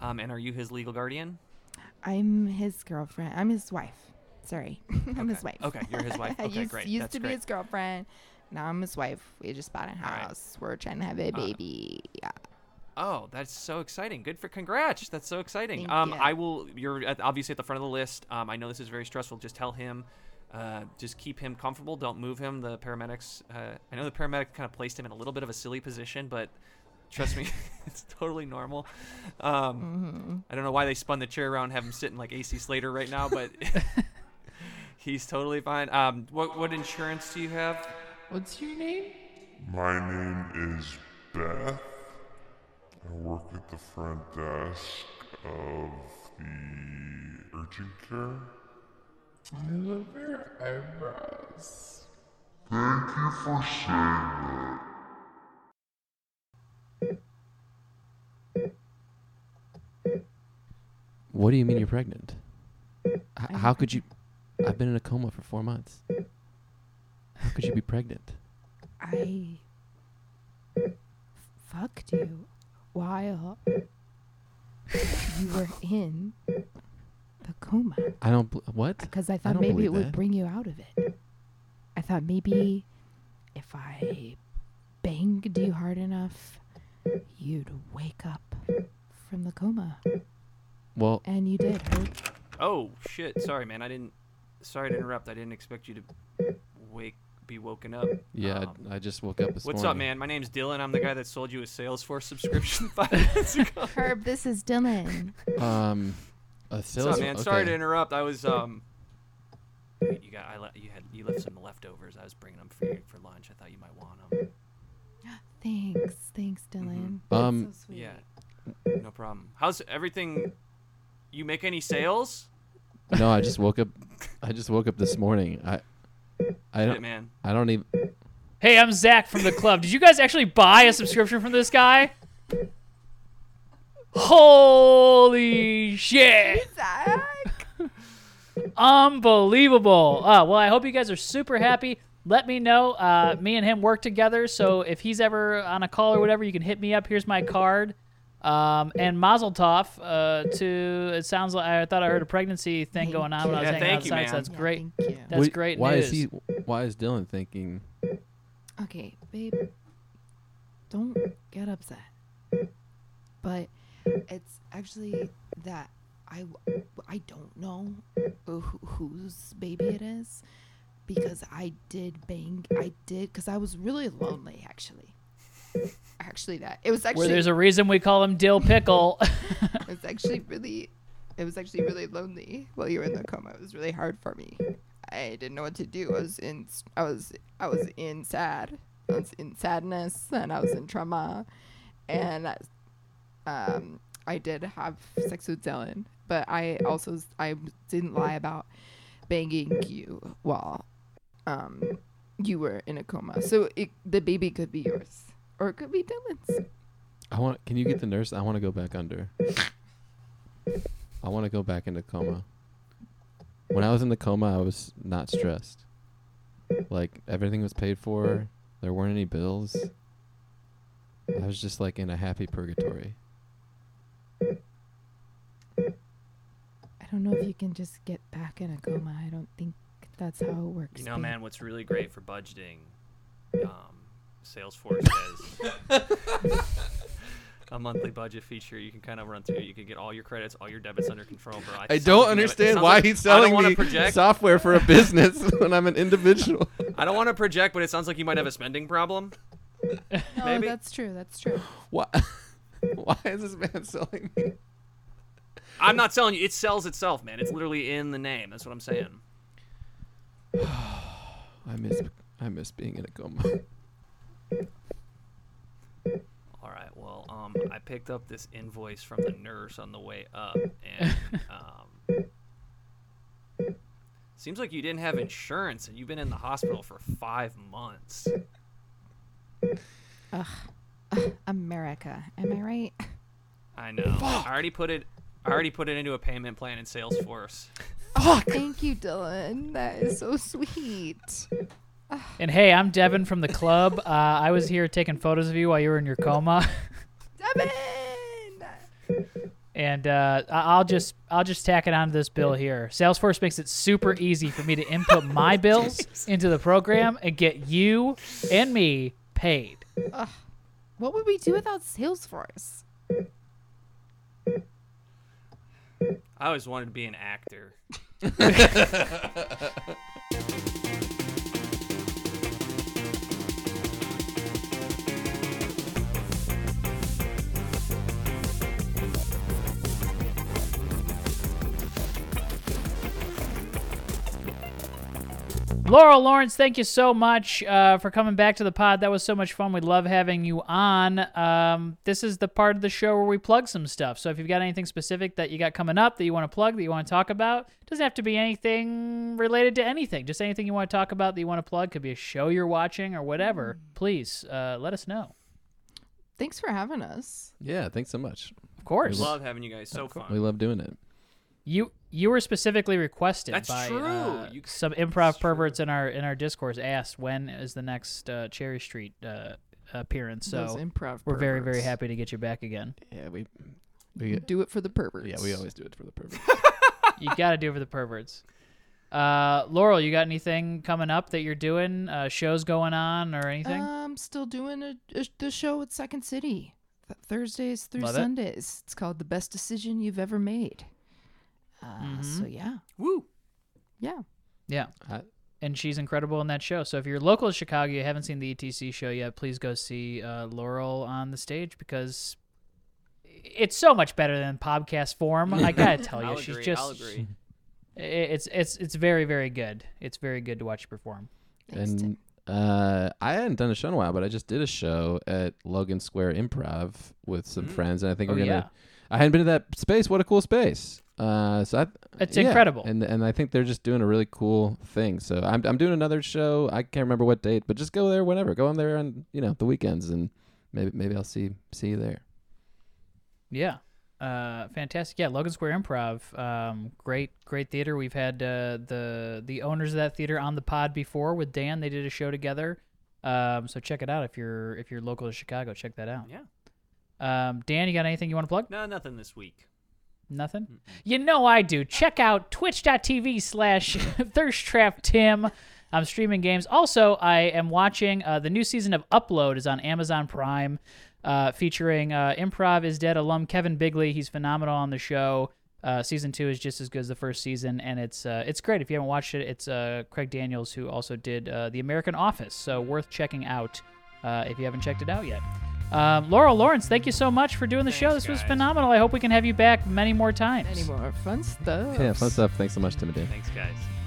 S8: Um, and are you his legal guardian?
S4: I'm his girlfriend. I'm his wife. Sorry, I'm
S8: Okay.
S4: his wife.
S8: Okay, you're his wife.
S4: I
S8: Okay,
S4: used,
S8: great.
S4: Used
S8: That's
S4: to
S8: great.
S4: be his girlfriend. Now I'm his wife. We just bought a
S8: right.
S4: house. We're trying to have a baby. yeah.
S8: Oh, that's so exciting! Good for congrats. That's so exciting.
S4: Thank
S8: um,
S4: you.
S8: I will. You're at, obviously at the front of the list. Um, I know this is very stressful. Just tell him. Uh, just keep him comfortable. Don't move him. The paramedics. Uh, I know the paramedic kind of placed him in a little bit of a silly position, but trust me, it's totally normal. Um,
S4: Mm-hmm.
S8: I don't know why they spun the chair around, and have him sitting like AC Slater right now, but he's totally fine. Um, what what insurance do you have?
S3: What's your name?
S1: Mm-hmm.
S7: My name is Beth. I work at the front desk of the urgent care.
S3: I love your eyebrows.
S7: Thank you for saying that.
S3: What do you mean you're pregnant? H- how could you? I've been in a coma for four months. How could you be pregnant?
S4: I fucked you while you were in the coma
S3: I don't. Bl- what?
S4: because I
S3: I
S4: thought
S3: don't
S4: maybe
S3: believe
S4: it would
S3: that.
S4: bring you out of it. I thought maybe if I banged you hard enough, you'd wake up from the coma.
S3: Well,
S4: And you did. Herb.
S8: Oh shit! Sorry, man. I didn't. Sorry to interrupt. I didn't expect you to wake be woken up.
S3: yeah,
S8: Um,
S3: I, I just woke up this
S8: what's
S3: morning.
S8: up, man? My name's Dylan. I'm the guy that sold you a Salesforce subscription five minutes ago.
S5: Herb, this is Dylan.
S3: Um, a
S8: What's up,
S3: sales.
S8: man?
S3: Okay.
S8: Sorry to interrupt. I was um. You you got. I le- you had. You left some leftovers. I was bringing them for you for lunch. I thought you might want them.
S4: Thanks. Thanks, Dylan.
S8: Mm-hmm.
S3: Um,
S8: Yeah. No problem. How's everything? You make any sales?
S3: no, I just woke up. I just woke up this morning. I, I
S8: Shit,
S3: don't.
S8: man.
S3: I don't even.
S2: Hey, I'm Zach from the club. Did you guys actually buy a subscription from this guy? Holy shit! Unbelievable. Uh, well, I hope you guys are super happy. Let me know. Uh, me and him work together, so if he's ever on a call or whatever, you can hit me up. Here's my card. Um, and Mazel Tov uh, to. It sounds like I thought I heard a pregnancy thing going on when I was
S8: Yeah,
S2: hanging
S8: thank
S2: outside.
S8: you, man.
S2: So that's great.
S4: Thank you.
S2: That's
S3: Wait,
S2: great
S3: Why
S2: news.
S3: is he? Why is Dylan thinking?
S4: Okay, babe. Don't get upset. But it's actually that I w- I don't know who, whose baby it is because I did bang I did cuz I was really lonely actually. Actually that. It was actually
S2: Where there's a reason we call him Dill Pickle.
S4: it was actually really it was actually really lonely while you were in the coma it was really hard for me i didn't know what to do i was in i was i was in sad i was in sadness and i was in trauma and I, um i did have sex with dylan but i also s- i didn't lie about banging you while um you were in a coma so it, the baby could be yours or it could be dylan's
S3: I want. Can you get the nurse? I want to go back under. I want to go back into coma. When I was in the coma, I was not stressed. Like everything was paid for. There weren't any bills. I was just like in a happy purgatory.
S4: I don't know if you can just get back in a coma. I don't think that's how it works.
S8: You know,
S4: babe.
S8: man, what's really great for budgeting, um, Salesforce has a monthly budget feature. You can kind of run through. You can get all your credits, all your debits under control, bro.
S3: I
S8: sounds
S3: don't
S8: like- it
S3: understand
S8: sounds
S3: why
S8: like-
S3: he's
S8: I don't
S3: selling
S8: wanna
S3: me
S8: project.
S3: software for a business when I'm an individual.
S8: I don't want to project, but it sounds like you might have a spending problem.
S4: No,
S8: Maybe.
S4: that's true. That's true.
S3: Why? Why is this man selling me?
S8: I'm not selling you. It sells itself, man. It's literally in the name. That's what I'm saying.
S3: I miss. I miss being in a coma.
S8: All right. Well, um, I picked up this invoice from the nurse on the way up, and um, seems
S1: seems like you didn't have insurance and you've been in the hospital for five months.
S5: America. Am I right?
S1: I know. I already put it. I already put it into a payment plan in Salesforce.
S5: Thank you, Dylan. That is so sweet.
S2: And hey, I'm Devin from the club. Uh, I was here taking photos of you while you were in your coma.
S5: Devin!
S2: and uh, I- I'll just I'll just tack it onto this bill here. Salesforce makes it super easy for me to input my bills into the program and get you and me paid.
S5: What would we do without Salesforce?
S1: I always wanted to be an actor.
S2: Laurel Lawrence, thank you so much uh, for coming back to the pod. That was so much fun. We love having you on. Um, this is the part of the show where we plug some stuff. So if you've got anything specific that you got coming up that you want to plug, that you want to talk about, doesn't have to be anything related to anything. Just anything you want to talk about that you want to plug. Could be a show you're watching or whatever. Please uh, let us know.
S5: Thanks for having us.
S3: Yeah, thanks so much.
S2: Of course,
S1: Love having you guys. So fun.
S3: We love doing it.
S2: you you were specifically requested
S1: That's
S2: by
S1: true.
S2: uh,
S1: You-
S2: some improv perverts in our in our discourse asked when is the next uh, Cherry Street uh, appearance. So
S4: Those improv.
S2: We're very, very
S4: perverts.
S2: happy to get you back again.
S3: Yeah, we we
S4: Do it for the perverts.
S3: yeah we always do it for the purpose.
S2: You got to do it for the perverts. Uh, Laurel, you got anything coming up that you're doing? Uh, shows going on or anything?
S1: Uh,
S5: Um, still doing a, a, the show at Second City. Th- Thursdays through
S2: Love it.
S5: Sundays. It's called The Best Decision You've Ever Made. Uh, So, yeah.
S1: Woo.
S5: Yeah.
S2: yeah.
S3: I-
S2: And she's incredible in that show. So if you're local to Chicago, you haven't seen the ETC show yet, please go see uh, Laurel on the stage because it's so much better than podcast form. I gotta tell you,
S1: I'll
S2: oh, she's
S1: agree.
S2: just
S1: I'll agree.
S2: i- it's it's it's very very good. It's very good to watch her perform.
S3: and uh, I hadn't done a show in a while, but I just did a show at Logan Square Improv with some friends, and I think
S2: Oh,
S3: we're gonna.
S2: yeah.
S3: I hadn't been to that space. What a cool space! Uh, so I,
S2: It's
S3: yeah,
S2: incredible.
S3: and and I think they're just doing a really cool thing. So I'm I'm doing another show. I can't remember what date, but just go there whenever. Go on there on you know the weekends, and maybe maybe I'll see see you there.
S2: Yeah. Uh, fantastic. Yeah, Logan Square Improv. Um, great, great theater. We've had uh, the the owners of that theater on the pod before with Dan. They did a show together. Um, so check it out if you're if you're local to Chicago. Check that out.
S1: Yeah.
S2: Um, Dan, you got anything you want to plug?
S1: No, nothing this week.
S2: Nothing? You know I do. Check out twitch.tv slash thirsttraptim. I'm streaming games. Also, I am watching uh, the new season of Upload is on Amazon Prime, uh, featuring uh, Improv is Dead alum Kevin Bigley. He's phenomenal on the show. Uh, season two is just as good as the first season, and it's uh, it's great. If you haven't watched it, it's uh, Craig Daniels who also did uh, The American Office, so worth checking out uh, if you haven't checked it out yet. Um, Laurel Lawrence, thank you so much for doing the show. This was phenomenal. I hope we can have you back many more times.
S4: Any more fun stuff?
S3: Yeah, fun stuff. Thanks so much, Timothy.
S1: Thanks, guys.